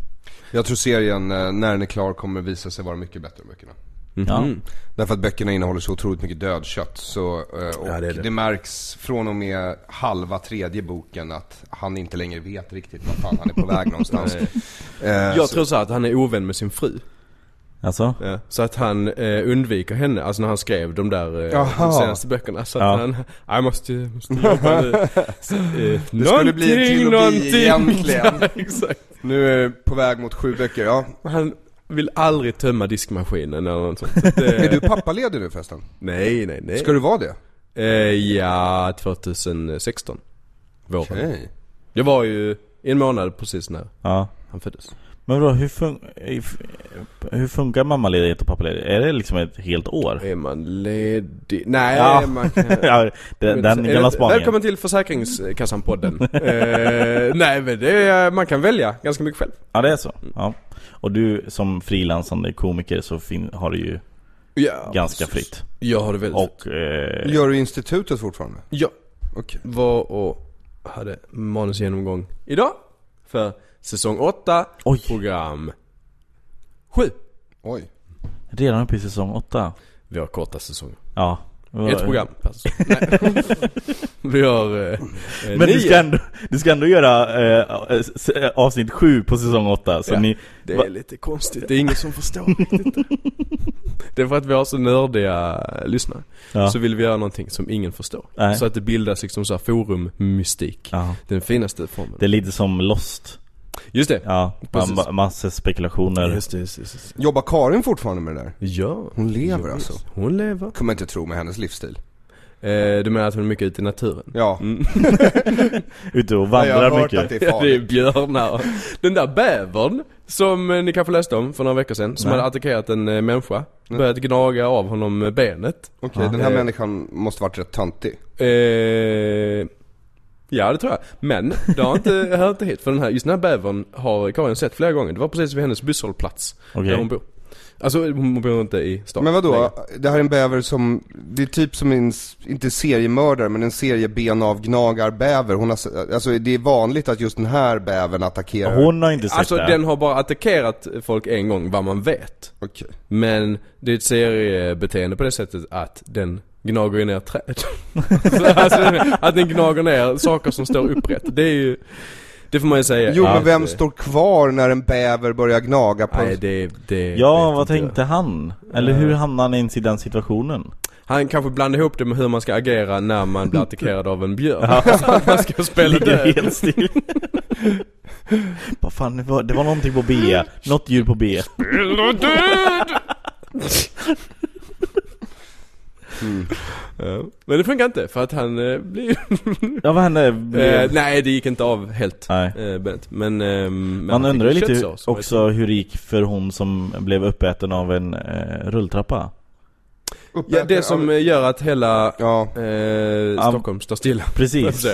[SPEAKER 3] Jag tror serien, eh, när den är klar, kommer visa sig vara mycket bättre än böckerna.
[SPEAKER 1] Ja.
[SPEAKER 2] Mm-hmm.
[SPEAKER 3] Därför att böckerna innehåller så otroligt mycket dödkött. Så, eh, och
[SPEAKER 2] Ja, det
[SPEAKER 3] det,
[SPEAKER 2] är det.
[SPEAKER 3] märks från och med halva tredje boken att han inte längre vet riktigt vart fan han är på väg någonstans. Eh,
[SPEAKER 2] Jag
[SPEAKER 3] så-
[SPEAKER 2] tror så här att han är ovän med sin fru.
[SPEAKER 1] Alltså?
[SPEAKER 2] Alltså- Ja, så att han eh, undviker henne, alltså när han skrev de där eh,
[SPEAKER 3] Jaha.
[SPEAKER 2] de senaste böckerna. Så att
[SPEAKER 1] Ja.
[SPEAKER 2] han, jag måste, jag måste jobba nu. Så, eh,
[SPEAKER 3] Det skulle bli en trilogi egentligen.
[SPEAKER 2] Ja, exakt.
[SPEAKER 3] Nu är jag på väg mot sju böcker, ja.
[SPEAKER 2] Han vill aldrig tömma diskmaskinen eller något sånt. Så att, eh,
[SPEAKER 3] Är du pappaledig nu förresten?
[SPEAKER 2] Nej, nej, nej.
[SPEAKER 3] Ska du vara det?
[SPEAKER 2] Eh, ja, 2016. Våren.
[SPEAKER 3] Okej.
[SPEAKER 2] Jag var ju i en månad precis när
[SPEAKER 1] Ja
[SPEAKER 2] han föddes.
[SPEAKER 1] Men vadå, hur, fun hur funkar mammaledighet och pappaledighet? Är det liksom ett helt år?
[SPEAKER 2] Är man ledig? Nej,
[SPEAKER 1] Ja.
[SPEAKER 2] man kan...
[SPEAKER 1] Ja, den, den
[SPEAKER 2] Är
[SPEAKER 1] gamla
[SPEAKER 2] det-
[SPEAKER 1] spaningen
[SPEAKER 2] eh, Välkommen till Försäkringskassan-podden. eh, nej men det är, man kan välja ganska mycket själv.
[SPEAKER 1] Ja det är så,
[SPEAKER 2] Mm.
[SPEAKER 1] ja Och du som frilansande komiker så fin- har du ju
[SPEAKER 2] Ja,
[SPEAKER 1] ganska fritt
[SPEAKER 2] Jag har det väldigt
[SPEAKER 1] Och eh,
[SPEAKER 3] Gör du institutet fortfarande?
[SPEAKER 2] Jag
[SPEAKER 3] Okej.
[SPEAKER 2] var och hade manusgenomgång idag för säsong 8,
[SPEAKER 1] Oj.
[SPEAKER 2] program 7.
[SPEAKER 3] Oj.
[SPEAKER 1] redan uppe i säsong åtta
[SPEAKER 2] Vi har korta säsonger.
[SPEAKER 1] Ja
[SPEAKER 2] Ett program per säsong. Nej. Vi har eh,
[SPEAKER 1] Men du ska, ändå, du ska ändå göra eh, s- eh, avsnitt 7 på säsong 8 så
[SPEAKER 2] Ja.
[SPEAKER 1] ni,
[SPEAKER 2] Det
[SPEAKER 1] Va-
[SPEAKER 2] är lite konstigt, det är ingen som förstår riktigt det. Det är för att vi har så nördiga lyssnare.
[SPEAKER 1] Ja.
[SPEAKER 2] Så vill vi göra någonting som ingen förstår.
[SPEAKER 1] Nej.
[SPEAKER 2] Så att det bildas liksom så här forummystik.
[SPEAKER 1] ja,
[SPEAKER 2] Den finaste formen.
[SPEAKER 1] Det är lite som Lost
[SPEAKER 2] Just det.
[SPEAKER 1] Ja, man,
[SPEAKER 2] Precis.
[SPEAKER 1] ma- massa spekulationer
[SPEAKER 2] Just det, just det, just det.
[SPEAKER 3] Jobbar Karin fortfarande med det där?
[SPEAKER 2] Ja.
[SPEAKER 3] Hon lever
[SPEAKER 2] Jo,
[SPEAKER 3] alltså.
[SPEAKER 2] Hon lever.
[SPEAKER 3] Kommer inte tro med hennes livsstil.
[SPEAKER 2] Eh, du menar att hon är mycket ute i naturen?
[SPEAKER 3] Ja.
[SPEAKER 1] Ute och
[SPEAKER 3] Jag har
[SPEAKER 1] vandrar
[SPEAKER 3] hört att det
[SPEAKER 1] mycket
[SPEAKER 3] är
[SPEAKER 2] det är
[SPEAKER 3] farligt.
[SPEAKER 2] björnar. och- Den där bävern som eh, ni kanske läste om för några veckor sedan. Som
[SPEAKER 1] Nej.
[SPEAKER 2] hade attackerat en eh, människa. Börjat gnaga av honom eh, benet.
[SPEAKER 3] Okej, den här
[SPEAKER 2] Eh.
[SPEAKER 3] människan måste varit rätt töntig.
[SPEAKER 2] Eh, ja det tror jag. Men det har inte, hör inte hit. För den här, just den här bävern har Karin sett flera gånger. Det var precis vid hennes busshållplats.
[SPEAKER 1] Okej.
[SPEAKER 2] Där hon bor. Alltså hon bor inte i stan.
[SPEAKER 3] Men vadå?
[SPEAKER 2] längre.
[SPEAKER 3] Det här är en bäver som, det är typ som en, s- inte seriemördare, men en seriebenavgnagarbäver. Hon har, s- alltså det är vanligt att just den här bävern attackerar.
[SPEAKER 1] Hon har inte sett
[SPEAKER 2] Alltså
[SPEAKER 1] det
[SPEAKER 2] den har bara attackerat folk en gång vad man vet.
[SPEAKER 3] Okej.
[SPEAKER 2] Men det är ett seriebeteende på det sättet att den gnager ju ner träd. Så, alltså, att den gnager ner saker som står upprätt. Det är ju, det får man ju säga.
[SPEAKER 3] Jo men
[SPEAKER 2] att-
[SPEAKER 3] vem står kvar när en bäver börjar gnaga på
[SPEAKER 2] Alltså. Nej
[SPEAKER 3] en...
[SPEAKER 2] det, det
[SPEAKER 1] Ja,
[SPEAKER 2] vet
[SPEAKER 1] vad
[SPEAKER 2] inte Eh. jag.
[SPEAKER 1] tänkte han? Eller hur hamnade han ens i den situationen?
[SPEAKER 2] Han kanske blandar ihop det med hur man ska agera när man blir attackerad av en björn. Så att man ska spela
[SPEAKER 1] Ligger
[SPEAKER 2] död.
[SPEAKER 1] helt still. Vad fan, det var, det var någonting på B. Något djur på B.
[SPEAKER 2] Spela död! Mm. Ja, Men det funkar inte för att han eh, blir...
[SPEAKER 1] Ja, vad hände?
[SPEAKER 2] Eh, nej det gick inte av helt.
[SPEAKER 1] Nej.
[SPEAKER 2] Eh, Bennett. men, ehm, men
[SPEAKER 1] Man
[SPEAKER 2] han fick
[SPEAKER 1] undrar ju
[SPEAKER 2] en
[SPEAKER 1] lite hur,
[SPEAKER 2] köttsås som liksom- var
[SPEAKER 1] också hur det gick för hon som blev uppäten av en eh, rulltrappa.
[SPEAKER 3] Uppäten
[SPEAKER 2] Ja, det som
[SPEAKER 3] av-
[SPEAKER 2] eh, gör att hela
[SPEAKER 3] Ja.
[SPEAKER 2] eh, Stockholm står stilla.
[SPEAKER 1] Precis.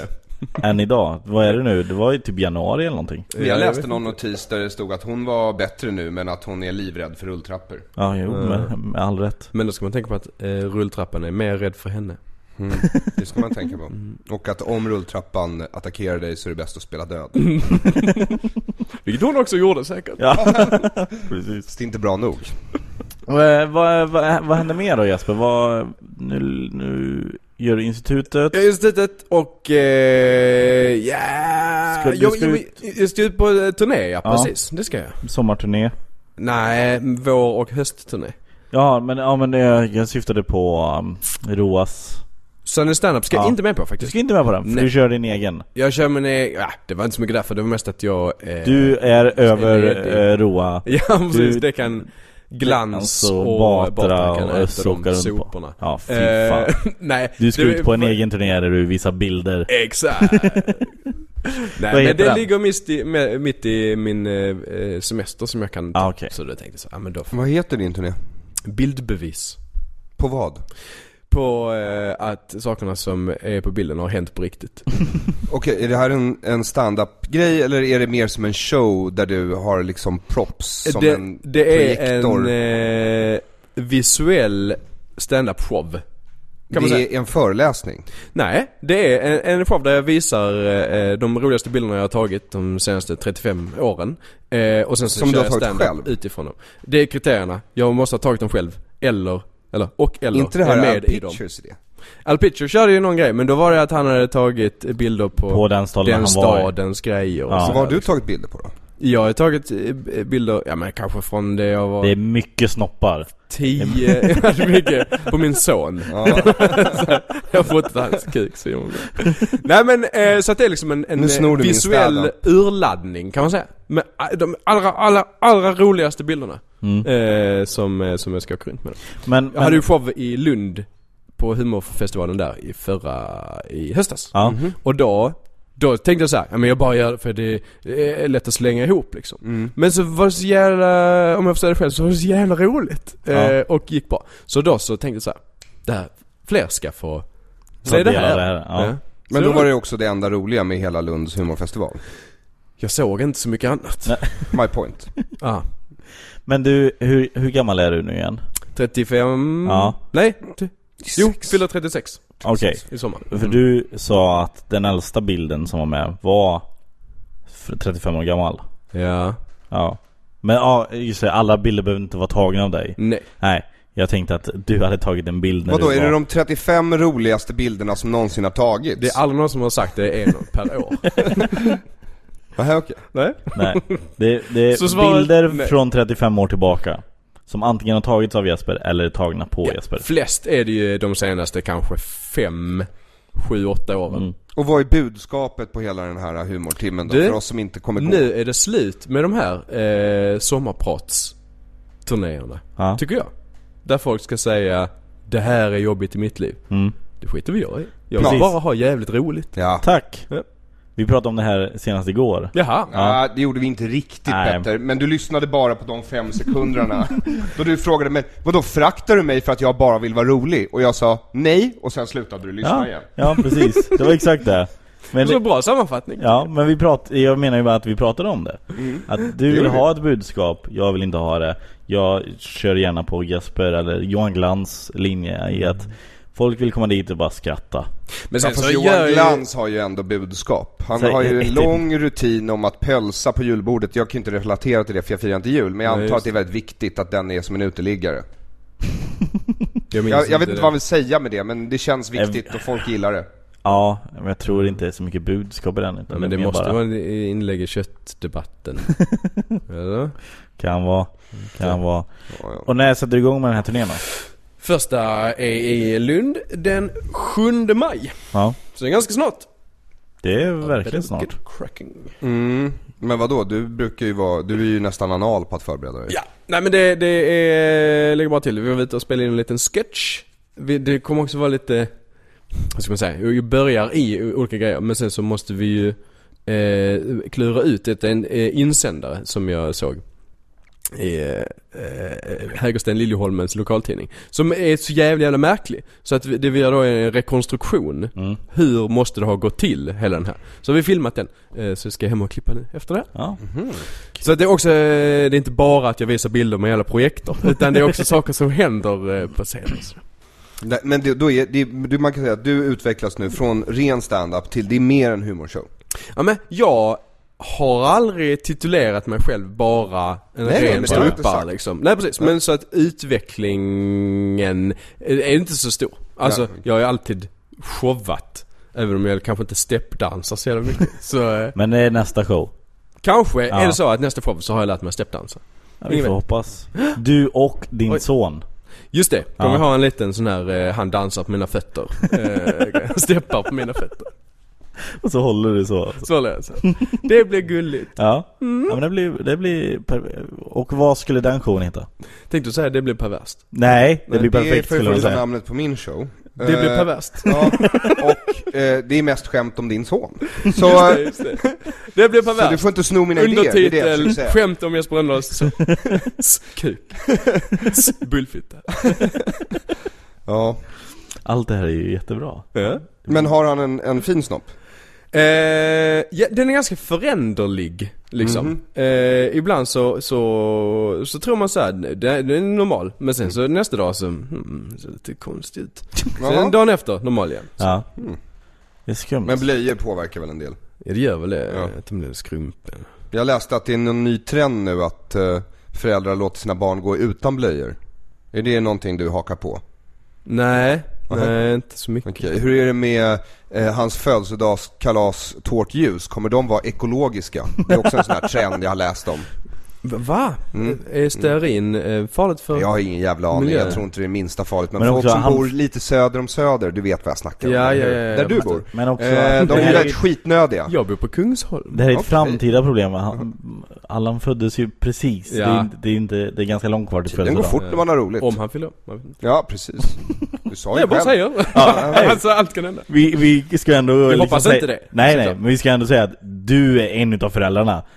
[SPEAKER 1] Än idag. Vad är det nu? Det var ju typ januari eller någonting.
[SPEAKER 3] Eh, Jag läste någon notis där det stod att hon var bättre nu men att hon är livrädd för rulltrappor.
[SPEAKER 1] Ja, jo,
[SPEAKER 2] Eh.
[SPEAKER 1] med, med all rätt.
[SPEAKER 2] Men då ska man tänka på att eh, rulltrappan är mer rädd för henne. Mm.
[SPEAKER 3] Det ska man tänka på. Och att om rulltrappan attackerar dig så är det bäst att spela död.
[SPEAKER 2] Mm. Vilket hon också gjorde säkert.
[SPEAKER 1] Ja, precis.
[SPEAKER 3] Fast det är inte bra nog.
[SPEAKER 1] Eh, vad, vad, vad hände mer då Jesper? Vad, nu, nu gör du institutet.
[SPEAKER 2] Ja, institutet och... Eh, ja...
[SPEAKER 1] Ska- du
[SPEAKER 2] jag,
[SPEAKER 1] ska
[SPEAKER 2] jag,
[SPEAKER 1] ut-
[SPEAKER 2] jag ska ut på eh, turné, ja,
[SPEAKER 1] Ja.
[SPEAKER 2] precis. Det ska jag.
[SPEAKER 1] Sommarturné.
[SPEAKER 2] Nej, vår och höstturné.
[SPEAKER 1] Ja men, ja, men det, jag syftade på um, Roas.
[SPEAKER 2] Sunny Standup ska
[SPEAKER 1] Ja.
[SPEAKER 2] jag inte med på
[SPEAKER 1] Du
[SPEAKER 2] faktiskt.
[SPEAKER 1] ska inte med på den, för
[SPEAKER 2] Nej.
[SPEAKER 1] du kör din egen.
[SPEAKER 2] Jag kör min eh, ja, det var inte så mycket därför. Det var mest att jag... Eh,
[SPEAKER 1] Du är över
[SPEAKER 2] ledig.
[SPEAKER 1] eh, Roa.
[SPEAKER 2] Ja, precis.
[SPEAKER 1] du-
[SPEAKER 2] det kan... Glans
[SPEAKER 1] Alltså,
[SPEAKER 2] och
[SPEAKER 1] Batra
[SPEAKER 2] Mm. Batra kan
[SPEAKER 1] och
[SPEAKER 2] äta
[SPEAKER 1] Östra åka
[SPEAKER 2] de
[SPEAKER 1] runt på.
[SPEAKER 2] soporna.
[SPEAKER 1] Ja, fy
[SPEAKER 2] Eh, nej.
[SPEAKER 1] Du ska
[SPEAKER 2] det-
[SPEAKER 1] ut på en egen turné där du visar bilder.
[SPEAKER 2] Exakt. Nej
[SPEAKER 1] Vad
[SPEAKER 2] men
[SPEAKER 1] heter
[SPEAKER 2] det
[SPEAKER 1] den?
[SPEAKER 2] ligger mitt i, med, mitt i min eh, semester som jag kan ta.
[SPEAKER 1] Ah, okej.
[SPEAKER 2] Så då tänkte jag så, ja men då får
[SPEAKER 3] Vad heter din turné?
[SPEAKER 2] Bildbevis.
[SPEAKER 3] På vad?
[SPEAKER 2] på eh, att sakerna som är på bilden har hänt på riktigt.
[SPEAKER 3] Okej, är det här en, en stand-up-grej eller är det mer som en show där du har liksom props som
[SPEAKER 2] Eh, det,
[SPEAKER 3] en
[SPEAKER 2] det är
[SPEAKER 3] projektor?
[SPEAKER 2] en eh, visuell stand-up show. kan man
[SPEAKER 3] det är en föreläsning.
[SPEAKER 2] Nej, det är en, en show där jag visar eh, de roligaste bilderna jag har tagit de senaste 35 åren. Eh, och sen så
[SPEAKER 3] Som
[SPEAKER 2] kör
[SPEAKER 3] du har
[SPEAKER 2] jag
[SPEAKER 3] tagit
[SPEAKER 2] stand-up
[SPEAKER 3] själv?
[SPEAKER 2] utifrån dem. Det är kriterierna. Jag måste ha tagit dem själv. Eller, eller, och eller
[SPEAKER 3] inte det här
[SPEAKER 2] är
[SPEAKER 3] med
[SPEAKER 2] med i dem.
[SPEAKER 3] pictures i det.
[SPEAKER 2] Al Pitcher körde ju någon grej men då var det att han hade tagit bilder på,
[SPEAKER 1] På den staden
[SPEAKER 2] den
[SPEAKER 1] han var i.
[SPEAKER 2] stadens grejer. och
[SPEAKER 1] Ja.
[SPEAKER 2] sådär.
[SPEAKER 3] Så vad har du tagit bilder på då?
[SPEAKER 2] Jag har tagit eh, bilder, ja men kanske från det jag var
[SPEAKER 1] Det är mycket snoppar.
[SPEAKER 2] tio, jag hade mycket på min son.
[SPEAKER 3] Ja,
[SPEAKER 2] Jag har fått hans kuk så jag Nej men eh, så att det är liksom en, en
[SPEAKER 3] Nu snor
[SPEAKER 2] eh,
[SPEAKER 3] du min
[SPEAKER 2] visuell
[SPEAKER 3] städa.
[SPEAKER 2] urladdning kan man säga. Med eh, de allra, allra, allra roligaste bilderna.
[SPEAKER 3] Mm.
[SPEAKER 2] Eh, som, eh, som jag ska åka runt med.
[SPEAKER 1] Men,
[SPEAKER 2] Jag hade ju show i Lund på humorfestivalen där i förra, i höstas.
[SPEAKER 1] Ja.
[SPEAKER 2] Och då, då tänkte jag så här, ja men jag bara gör det för det är lätt att slänga ihop liksom.
[SPEAKER 1] Mm.
[SPEAKER 2] Men så var det så jävla, om jag får säga det själv, så var det så jävla roligt. Eh, och gick bra. Så då så tänkte jag så här, det här, fler ska få se
[SPEAKER 1] Ta
[SPEAKER 2] det
[SPEAKER 1] del
[SPEAKER 2] här.
[SPEAKER 1] av det här, ja.
[SPEAKER 3] men då var det också det enda roliga med hela Lunds humorfestival.
[SPEAKER 2] Jag såg inte så mycket annat.
[SPEAKER 3] My point.
[SPEAKER 2] Ah,
[SPEAKER 1] Men du, hur, hur gammal är du nu igen?
[SPEAKER 2] 35,
[SPEAKER 1] Ja.
[SPEAKER 2] nej, t- jo, fyller 36
[SPEAKER 1] Okej,
[SPEAKER 2] i sommar.
[SPEAKER 1] för du sa att den äldsta bilden som var med var f- 35 år gammal.
[SPEAKER 2] Ja,
[SPEAKER 1] Ja. Men ja, just det, alla bilder behöver inte vara tagna av dig.
[SPEAKER 2] nej.
[SPEAKER 1] Nej, jag tänkte att du hade tagit en bild när
[SPEAKER 3] Vadå,
[SPEAKER 1] du
[SPEAKER 3] är
[SPEAKER 1] var...
[SPEAKER 3] det de 35 roligaste bilderna som någonsin har tagits?
[SPEAKER 2] Det är aldrig någon som har sagt det är en per år.
[SPEAKER 3] Aha, okej.
[SPEAKER 2] nej.
[SPEAKER 1] Nej, det, det är
[SPEAKER 2] Så svaret-
[SPEAKER 1] bilder
[SPEAKER 2] nej.
[SPEAKER 1] från 35 år tillbaka. Som antingen har tagits av Jesper eller är tagna på Jesper.
[SPEAKER 2] Flest är det ju de senaste kanske fem, sju, åtta åren.
[SPEAKER 1] Mm.
[SPEAKER 3] Och vad är budskapet på hela den här humortimmen då?
[SPEAKER 2] Du,
[SPEAKER 3] för oss som inte kommer gå?
[SPEAKER 2] Nu är det slut med de här eh, sommarpratsturnéerna.
[SPEAKER 1] Ja.
[SPEAKER 2] Tycker jag. Där folk ska säga det här är jobbigt i mitt liv.
[SPEAKER 1] Mm.
[SPEAKER 2] Det skiter vi jag i. Jag vill
[SPEAKER 3] Precis.
[SPEAKER 2] bara ha jävligt roligt.
[SPEAKER 3] Ja.
[SPEAKER 1] Tack!
[SPEAKER 2] Ja.
[SPEAKER 1] Vi pratade om det här senast igår.
[SPEAKER 2] Jaha.
[SPEAKER 3] Ja, Ah, det gjorde vi inte riktigt
[SPEAKER 1] Nej.
[SPEAKER 3] Petter, men du lyssnade bara på de fem sekunderna. då du frågade mig, vadå fraktar du mig för att jag bara vill vara rolig? Och jag sa nej, och sen slutade du lyssna
[SPEAKER 1] Ja,
[SPEAKER 3] igen.
[SPEAKER 1] ja precis. Det var exakt det. Men,
[SPEAKER 2] Så bra sammanfattning.
[SPEAKER 1] ja, men vi prat, jag menar ju bara att vi pratade om det. Att du vill ha ett budskap, jag vill inte ha det. Jag kör gärna på Jesper eller Johan Glans linje i att folk vill komma dit och bara skratta.
[SPEAKER 3] Ja,
[SPEAKER 2] Men sen
[SPEAKER 3] fast
[SPEAKER 2] så
[SPEAKER 3] Johan
[SPEAKER 2] gör ju...
[SPEAKER 3] Glans har ju ändå budskap. Han
[SPEAKER 1] Så-
[SPEAKER 3] har ju en
[SPEAKER 1] ett-
[SPEAKER 3] lång rutin om att pölsa på julbordet. Jag kan ju inte relatera till det för jag firar inte jul, men jag
[SPEAKER 2] Nej,
[SPEAKER 3] antar
[SPEAKER 2] just
[SPEAKER 3] att det är väldigt viktigt att den är som en uteliggare.
[SPEAKER 2] Jag, minns
[SPEAKER 3] Jag, jag vet inte
[SPEAKER 2] det.
[SPEAKER 3] vad vi säga med det, men det känns viktigt och folk gillar det.
[SPEAKER 1] Ja, men jag tror inte det är så mycket budskap i den. utan
[SPEAKER 2] Ja, men det
[SPEAKER 1] är mer
[SPEAKER 2] måste
[SPEAKER 1] bara-
[SPEAKER 2] vara en inlägg i köttdebatten. Eller?
[SPEAKER 1] Kan vara, kan vara.
[SPEAKER 3] Ja, ja.
[SPEAKER 1] Och när sätter du igång med den här turnén då?
[SPEAKER 2] Första är i Lund den 7 maj.
[SPEAKER 1] Ja,
[SPEAKER 2] Så det är ganska snart.
[SPEAKER 1] det är verkligen snart.
[SPEAKER 2] Get cracking.
[SPEAKER 3] Mm. Men vadå, du brukar ju vara, du är ju nästan anal på att förbereda dig.
[SPEAKER 2] Ja, nej men det, det är, lägger bara till. Vi var ute och spelade in en liten sketch. Vi, det kommer också vara lite, vad ska man säga, vi börjar i olika grejer men sen så måste vi ju eh, klura ut, det är en eh, insändare som jag såg. I eh, eh, Hägersten Liljeholmens lokaltidning. Som är så jävla jävla märklig. Så att vi, det vi gör då är en rekonstruktion. Hur måste det ha gått till, hela den här. Så har vi filmat den. Eh, så ska jag hem och klippa nu efter det.
[SPEAKER 1] Ja.
[SPEAKER 2] Så att det är också, eh, det är inte bara att jag visar bilder med hela projektor, utan det är också saker som händer eh, på scenen.
[SPEAKER 3] Nej, Men det, då är, det, du, man kan säga att du utvecklas nu från ren stand-up till, det är mer en humorshow.
[SPEAKER 2] Ja men jag har aldrig titulerat mig själv bara en
[SPEAKER 3] Nej, men
[SPEAKER 2] ren
[SPEAKER 3] det har du inte
[SPEAKER 2] ståuppare
[SPEAKER 3] sagt.
[SPEAKER 2] liksom. Nej precis, men så att utvecklingen är inte så stor. Alltså
[SPEAKER 3] Nej.
[SPEAKER 2] jag har ju alltid showat. Även om jag kanske inte steppdansar så jävla mycket. Så eh,
[SPEAKER 1] Men det är nästa show.
[SPEAKER 2] kanske
[SPEAKER 1] Ja.
[SPEAKER 2] är det så att nästa show så har jag lärt mig att steppdansa.
[SPEAKER 1] Ja, vi får hoppas. Du och din
[SPEAKER 2] Oj.
[SPEAKER 1] son.
[SPEAKER 2] Just det, kommer
[SPEAKER 1] Ja.
[SPEAKER 2] ha en liten sån här, eh, han dansar på mina fötter. Eh, steppar på mina fötter.
[SPEAKER 1] Och så håller du så.
[SPEAKER 2] Så löser Det blir gulligt.
[SPEAKER 1] Ja, ja men det blir, det blir per- Och vad skulle den showen heta?
[SPEAKER 2] Tänkte du säga det blir perverst?
[SPEAKER 1] Nej, det blir
[SPEAKER 3] det är
[SPEAKER 1] perfekt
[SPEAKER 3] för
[SPEAKER 1] skulle
[SPEAKER 3] det
[SPEAKER 1] jag
[SPEAKER 3] första
[SPEAKER 1] säga.
[SPEAKER 3] namnet på min show. Eh,
[SPEAKER 2] Det blir perverst.
[SPEAKER 3] Ja, och eh, det är mest skämt om din son. Så,
[SPEAKER 2] Ja, just det. Det blir
[SPEAKER 3] så du
[SPEAKER 2] perverst.
[SPEAKER 3] får inte sno mina idéer, det är det jag
[SPEAKER 2] Undertitel,
[SPEAKER 3] försöker säga.
[SPEAKER 2] skämt om Jesper Rönndahls s- kuk. S- Bullfitta.
[SPEAKER 3] Ja.
[SPEAKER 1] Allt det här är ju jättebra.
[SPEAKER 2] Ja.
[SPEAKER 3] Men har han en, en fin snopp?
[SPEAKER 2] Eh, ja, den är ganska föränderlig liksom.
[SPEAKER 3] Mhm.
[SPEAKER 2] Eh, ibland så, så, så tror man så här, "Nej, det- den är normal. Men sen så nästa dag så, hmm, det ser lite konstigt ut.
[SPEAKER 3] Mm. Jaha.
[SPEAKER 2] Sen dagen efter, normal igen.
[SPEAKER 1] Ja. Det är skumt.
[SPEAKER 3] Mm. Men blöjor påverkar väl en del?
[SPEAKER 2] Ja, det gör väl det,
[SPEAKER 3] Ja.
[SPEAKER 2] att de blev skrumpen.
[SPEAKER 3] Jag läste att det är någon ny trend nu att eh, föräldrar låter sina barn gå utan blöjor. Är det någonting du hakar på?
[SPEAKER 2] Nej,
[SPEAKER 3] Aha.
[SPEAKER 2] nej inte så mycket.
[SPEAKER 3] Okej, Hur är det med eh, hans födelsedagskalas tårtljus? Kommer de vara ekologiska? Det är också en sån här trend jag har läst om.
[SPEAKER 2] V- Va?
[SPEAKER 3] Mm.
[SPEAKER 2] Är stearin eh, farligt för?
[SPEAKER 3] Jag har ingen jävla aning,
[SPEAKER 2] Miljö.
[SPEAKER 3] jag tror inte det är minsta farligt. Men,
[SPEAKER 1] Men
[SPEAKER 3] folk
[SPEAKER 1] också
[SPEAKER 3] som
[SPEAKER 1] han-
[SPEAKER 3] bor lite söder om söder, du vet vad jag snackar om.
[SPEAKER 2] Ja,
[SPEAKER 3] eller
[SPEAKER 2] ja,
[SPEAKER 3] hur?
[SPEAKER 2] ja, ja.
[SPEAKER 3] Där du bor.
[SPEAKER 1] Men också,
[SPEAKER 3] Eh, de
[SPEAKER 1] det,
[SPEAKER 3] är
[SPEAKER 1] här
[SPEAKER 3] ju
[SPEAKER 1] är,
[SPEAKER 3] rätt skitnödiga.
[SPEAKER 2] Jag bor på Kungsholm.
[SPEAKER 1] det här är ett
[SPEAKER 3] Okej. Mm.
[SPEAKER 1] framtida problem. Han, Allan föddes ju precis.
[SPEAKER 2] Ja.
[SPEAKER 1] Det, är, inte- det, är inte, det är ganska långt kvar till
[SPEAKER 3] Den går
[SPEAKER 1] födelsedagen.
[SPEAKER 3] fort när man har roligt.
[SPEAKER 2] Om han fyller upp. man vet inte.
[SPEAKER 3] Ja, precis. Du sa ju
[SPEAKER 2] Jag bara
[SPEAKER 3] själv.
[SPEAKER 2] säger. alltså allt kan hända.
[SPEAKER 1] Vi, vi ska ändå... Vi
[SPEAKER 2] hoppas inte det.
[SPEAKER 1] Nej nej,
[SPEAKER 2] Såklart.
[SPEAKER 1] men vi ska ändå säga att du är en utav föräldrarna.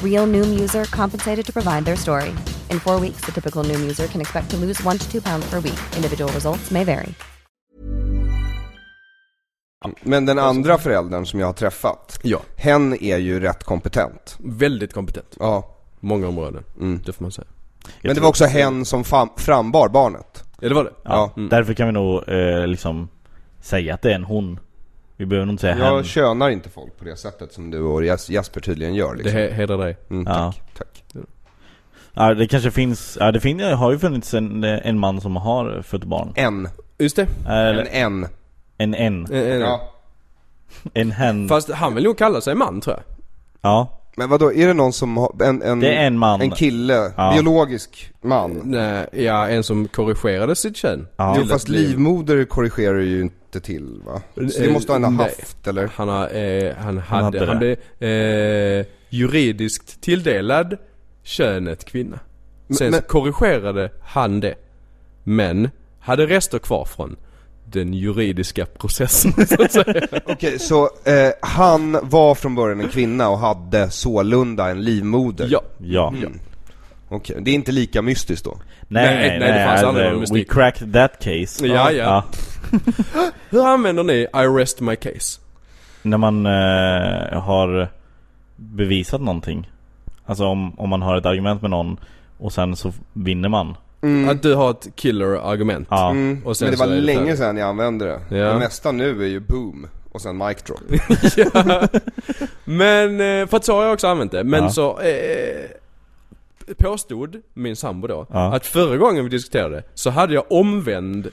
[SPEAKER 4] Real Noom user compensated to provide their story. In four weeks, the typical Noom user can expect to lose one to two pounds per week. Individual results may vary.
[SPEAKER 3] Men den andra föräldern som jag har träffat,
[SPEAKER 2] Ja.
[SPEAKER 3] hen är ju rätt kompetent.
[SPEAKER 2] Väldigt kompetent.
[SPEAKER 3] Ja. Mm.
[SPEAKER 2] Många områden. Det får man säga.
[SPEAKER 3] Men det var också hen som fam- frambar barnet.
[SPEAKER 2] Ja det Mm. var det.
[SPEAKER 1] Ja,
[SPEAKER 3] Ja. Mm.
[SPEAKER 1] Därför kan vi nog eh, liksom säga att det är en hon. Vi behöver nog inte säga
[SPEAKER 3] Jag
[SPEAKER 1] hen.
[SPEAKER 3] könar inte folk på det sättet som du och Jes- Jesper tydligen gör
[SPEAKER 2] Det
[SPEAKER 3] liksom.
[SPEAKER 2] he- hedrar dig.
[SPEAKER 3] mm,
[SPEAKER 1] Ja.
[SPEAKER 3] tack, tack.
[SPEAKER 1] Ja, det kanske finns, ja, det fin- det har ju funnits en, en man som har fött barn.
[SPEAKER 3] En.
[SPEAKER 2] Just det.
[SPEAKER 3] En
[SPEAKER 1] Eller
[SPEAKER 3] en.
[SPEAKER 1] en en.
[SPEAKER 2] Eh, eh,
[SPEAKER 3] Ja.
[SPEAKER 1] En hen.
[SPEAKER 2] Fast han vill nog kalla sig man tror jag.
[SPEAKER 1] Ja.
[SPEAKER 3] Men vadå, är det någon som har, en, en,
[SPEAKER 1] Det är en man.
[SPEAKER 3] en kille,
[SPEAKER 1] Ja.
[SPEAKER 3] biologisk man?
[SPEAKER 2] Nej, ja en som korrigerade sitt kön.
[SPEAKER 1] Ja.
[SPEAKER 3] Jo
[SPEAKER 2] Till
[SPEAKER 3] fast
[SPEAKER 2] att bli-
[SPEAKER 3] livmoder korrigerar ju inte till va? Så det
[SPEAKER 2] Eh,
[SPEAKER 3] måste han ha
[SPEAKER 2] nej.
[SPEAKER 3] haft eller?
[SPEAKER 2] Han, har, eh, han
[SPEAKER 1] Han hade
[SPEAKER 2] hade, han
[SPEAKER 1] det.
[SPEAKER 2] blev eh, juridiskt tilldelad könet kvinna. Sen
[SPEAKER 3] men-
[SPEAKER 2] så korrigerade han det. Men hade rester kvar från den juridiska processen så att säga.
[SPEAKER 3] Okej, så eh, han var från början en kvinna och hade sålunda en livmoder?
[SPEAKER 2] Ja.
[SPEAKER 1] Ja.
[SPEAKER 3] Okej, det är inte lika mystiskt då?
[SPEAKER 1] Nej, nej, nej, det fanns
[SPEAKER 2] aldrig någon
[SPEAKER 1] We
[SPEAKER 2] mystik.
[SPEAKER 1] cracked that case.
[SPEAKER 2] Ja, ja. Hur använder ni I rest my case?
[SPEAKER 1] När man eh, har bevisat någonting. Alltså om, om man har ett argument med någon och sen så vinner man.
[SPEAKER 2] Att du har ett killer argument.
[SPEAKER 1] Ja.
[SPEAKER 2] Och sen
[SPEAKER 3] Mm. Men det
[SPEAKER 2] så
[SPEAKER 3] var
[SPEAKER 2] är
[SPEAKER 3] länge
[SPEAKER 2] färdigt.
[SPEAKER 3] sedan jag använde det.
[SPEAKER 2] Ja.
[SPEAKER 3] Det nästa nu är ju boom och sen mic drop.
[SPEAKER 2] Men, eh, för att så har jag också använt det. Men
[SPEAKER 1] Ja.
[SPEAKER 2] så eh, påstod min sambo då
[SPEAKER 1] Ja.
[SPEAKER 2] att förra gången vi diskuterade så hade jag omvänd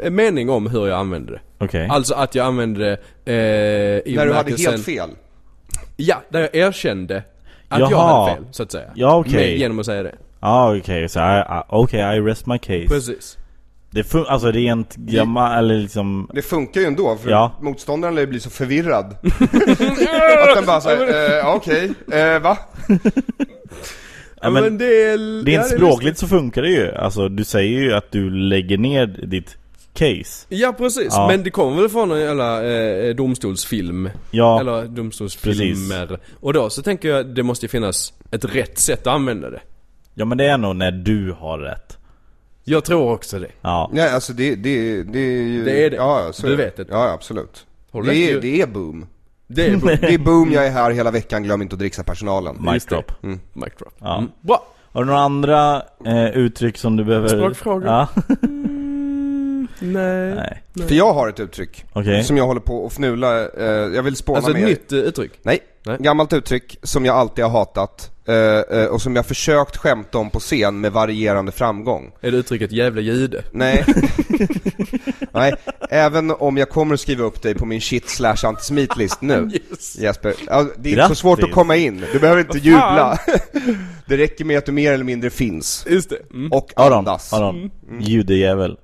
[SPEAKER 2] eh, mening om hur jag använde det.
[SPEAKER 1] Okej.
[SPEAKER 2] Alltså att jag använde det eh, i
[SPEAKER 3] När du hade
[SPEAKER 2] bemärkelsen-
[SPEAKER 3] helt fel.
[SPEAKER 2] Ja, där jag erkände att jag
[SPEAKER 1] Jaha.
[SPEAKER 2] hade fel så att säga.
[SPEAKER 1] Ja, okej.
[SPEAKER 2] Med- Genom att säga det.
[SPEAKER 1] Ja Ah, okej, så I, I, okay, I rest my case.
[SPEAKER 2] Precis.
[SPEAKER 1] Det fun- alltså rent gammal, eller liksom
[SPEAKER 3] Det funkar ju ändå för
[SPEAKER 1] Ja.
[SPEAKER 3] motståndaren lär ju bli så förvirrad. att den bara såhär, eh, okej, eh, va?
[SPEAKER 1] Ja, men-
[SPEAKER 2] men, det är...
[SPEAKER 1] Rent
[SPEAKER 2] ja, det är liksom-
[SPEAKER 1] språkligt så funkar det ju. Alltså du säger ju att du lägger ner ditt case.
[SPEAKER 2] Ja precis,
[SPEAKER 1] Ja.
[SPEAKER 2] men det kommer väl från en jävla eh, domstolsfilm?
[SPEAKER 1] Ja,
[SPEAKER 2] Eller domstolsfilmer. Och då så tänker jag det måste ju finnas ett rätt sätt att använda det.
[SPEAKER 1] ja men det är nog när du har rätt.
[SPEAKER 2] Jag tror också det.
[SPEAKER 1] Ja.
[SPEAKER 3] Nej alltså det, det, det är ju...
[SPEAKER 2] Det är det.
[SPEAKER 3] Ja, ja, så
[SPEAKER 2] Du
[SPEAKER 3] är
[SPEAKER 2] vet det.
[SPEAKER 3] Ja, absolut.
[SPEAKER 2] Har du
[SPEAKER 3] Det
[SPEAKER 2] rätt
[SPEAKER 3] är,
[SPEAKER 2] ju?
[SPEAKER 3] det är boom.
[SPEAKER 2] Det är bra.
[SPEAKER 3] Det är boom, jag är här hela veckan, glöm inte att dricksa personalen.
[SPEAKER 1] Mic
[SPEAKER 2] Just det.
[SPEAKER 1] drop.
[SPEAKER 2] Mic drop.
[SPEAKER 1] Ja.
[SPEAKER 2] Mm. Bra!
[SPEAKER 1] Har du några andra eh, uttryck som du behöver...
[SPEAKER 2] Språkfrågor.
[SPEAKER 1] Ja.
[SPEAKER 2] Nej.
[SPEAKER 1] Nej.
[SPEAKER 3] För jag har ett uttryck
[SPEAKER 1] Okej.
[SPEAKER 3] som jag håller på och fnula, eh, jag vill spåna
[SPEAKER 2] Alltså ett
[SPEAKER 3] med er.
[SPEAKER 2] nytt eh, uttryck.
[SPEAKER 3] Nej,
[SPEAKER 2] Nej.
[SPEAKER 3] gammalt uttryck som jag alltid har hatat eh, eh, och som jag försökt skämta om på scen med varierande framgång.
[SPEAKER 2] Är det uttrycket 'jävla jude'?
[SPEAKER 3] Nej. Nej, även om jag kommer att skriva upp dig på min shit slash antisemitlist nu. Jesper, ja, det är inte så
[SPEAKER 1] Grattis.
[SPEAKER 3] svårt att komma in, du behöver inte
[SPEAKER 2] fan?
[SPEAKER 3] jubla. det räcker med att du mer eller mindre finns.
[SPEAKER 2] Just det. Mm.
[SPEAKER 3] Och
[SPEAKER 1] Aron,
[SPEAKER 3] andas.
[SPEAKER 1] Aron.
[SPEAKER 3] Mm.
[SPEAKER 1] Judejävel.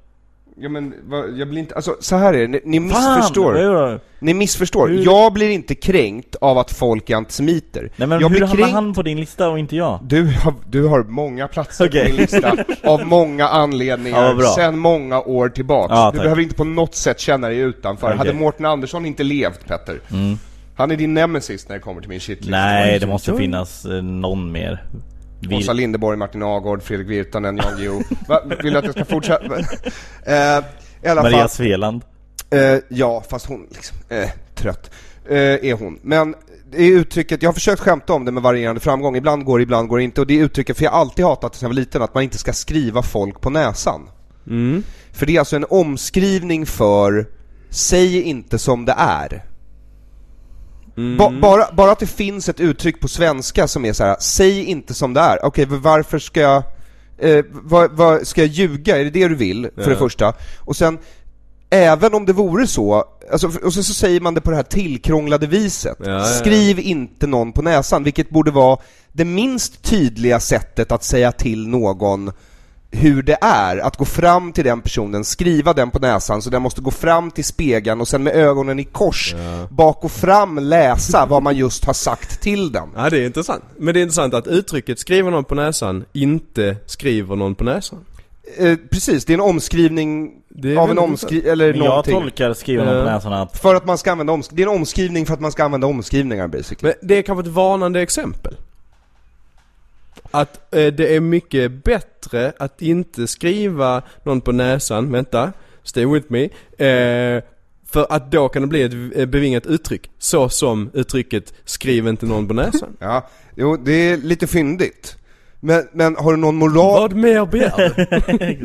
[SPEAKER 3] Ja men, vad- jag blir inte, alltså så här är det, ni, ni
[SPEAKER 1] Fan,
[SPEAKER 3] missförstår.
[SPEAKER 1] vad gör du?
[SPEAKER 3] Ni missförstår.
[SPEAKER 1] Hur-
[SPEAKER 3] Jag blir inte kränkt av att folk är antisemiter.
[SPEAKER 1] Nej men
[SPEAKER 3] jag
[SPEAKER 1] hur
[SPEAKER 3] blir
[SPEAKER 1] hamnar
[SPEAKER 3] kränkt...
[SPEAKER 1] han på din lista och inte jag?
[SPEAKER 3] Du har, du har många platser
[SPEAKER 1] Okej.
[SPEAKER 3] på din lista, av många anledningar,
[SPEAKER 1] Ja, vad bra.
[SPEAKER 3] sedan många år tillbaka.
[SPEAKER 1] Ja,
[SPEAKER 3] du
[SPEAKER 1] tack.
[SPEAKER 3] behöver inte på något sätt känna dig utanför.
[SPEAKER 1] Okej. Mm.
[SPEAKER 3] Hade Mårten Andersson inte levt, Petter, han är din nemesis när det kommer till min shitlist.
[SPEAKER 1] Nej, det måste finnas eh, någon mer. Vi-
[SPEAKER 3] Åsa Linderborg, Martin Agård, Fredrik Virtanen, Jan Guillou. Va? Vill du att jag ska fortsätta? eh, I alla fall.
[SPEAKER 1] Maria Sveland.
[SPEAKER 3] Eh, ja, fast hon liksom, eh, trött eh, är hon. Men det är uttrycket, jag har försökt skämta om det med varierande framgång. Ibland går det, ibland går det inte. Och det är uttrycket, för jag har alltid hatat sedan jag var liten, att man inte ska skriva folk på näsan. För det är alltså en omskrivning för, säg inte som det är. Ba- bara, bara att det finns ett uttryck på svenska som är så här: säg inte som det är. Okej, men varför ska jag, eh, vad, vad, ska jag ljuga? Är det det du vill? För det första. Och sen, även om det vore så, alltså, f- och sen så säger man det på det här tillkrånglade viset.
[SPEAKER 2] Ja, ja, ja.
[SPEAKER 3] Skriv inte någon på näsan, vilket borde vara det minst tydliga sättet att säga till någon hur det är att gå fram till den personen, skriva den på näsan så den måste gå fram till spegeln och sen med ögonen i kors bak och fram läsa vad man just har sagt till den.
[SPEAKER 2] Ja det är intressant. Men det är intressant att uttrycket 'skriver någon på näsan' inte skriver någon på näsan.
[SPEAKER 3] Eh, precis, det är en omskrivning
[SPEAKER 2] Det är
[SPEAKER 3] av en
[SPEAKER 2] väldigt intressant.
[SPEAKER 3] omskrivning, eller
[SPEAKER 1] Men jag
[SPEAKER 3] någonting.
[SPEAKER 1] tolkar skriva någon på
[SPEAKER 2] Eh.
[SPEAKER 1] näsan att
[SPEAKER 3] För att man ska använda omsk- det är en omskrivning för att man ska använda omskrivningar basically.
[SPEAKER 2] Men det är kanske ett varnande exempel. Att eh, det är mycket bättre att inte skriva någon på näsan, vänta, stay with me. Eh, för att då kan det bli ett eh, bevingat uttryck. Så som uttrycket 'skriv inte någon på näsan'.
[SPEAKER 3] Ja, jo det är lite fyndigt. Men, men har du någon moral?
[SPEAKER 2] Vad mer begär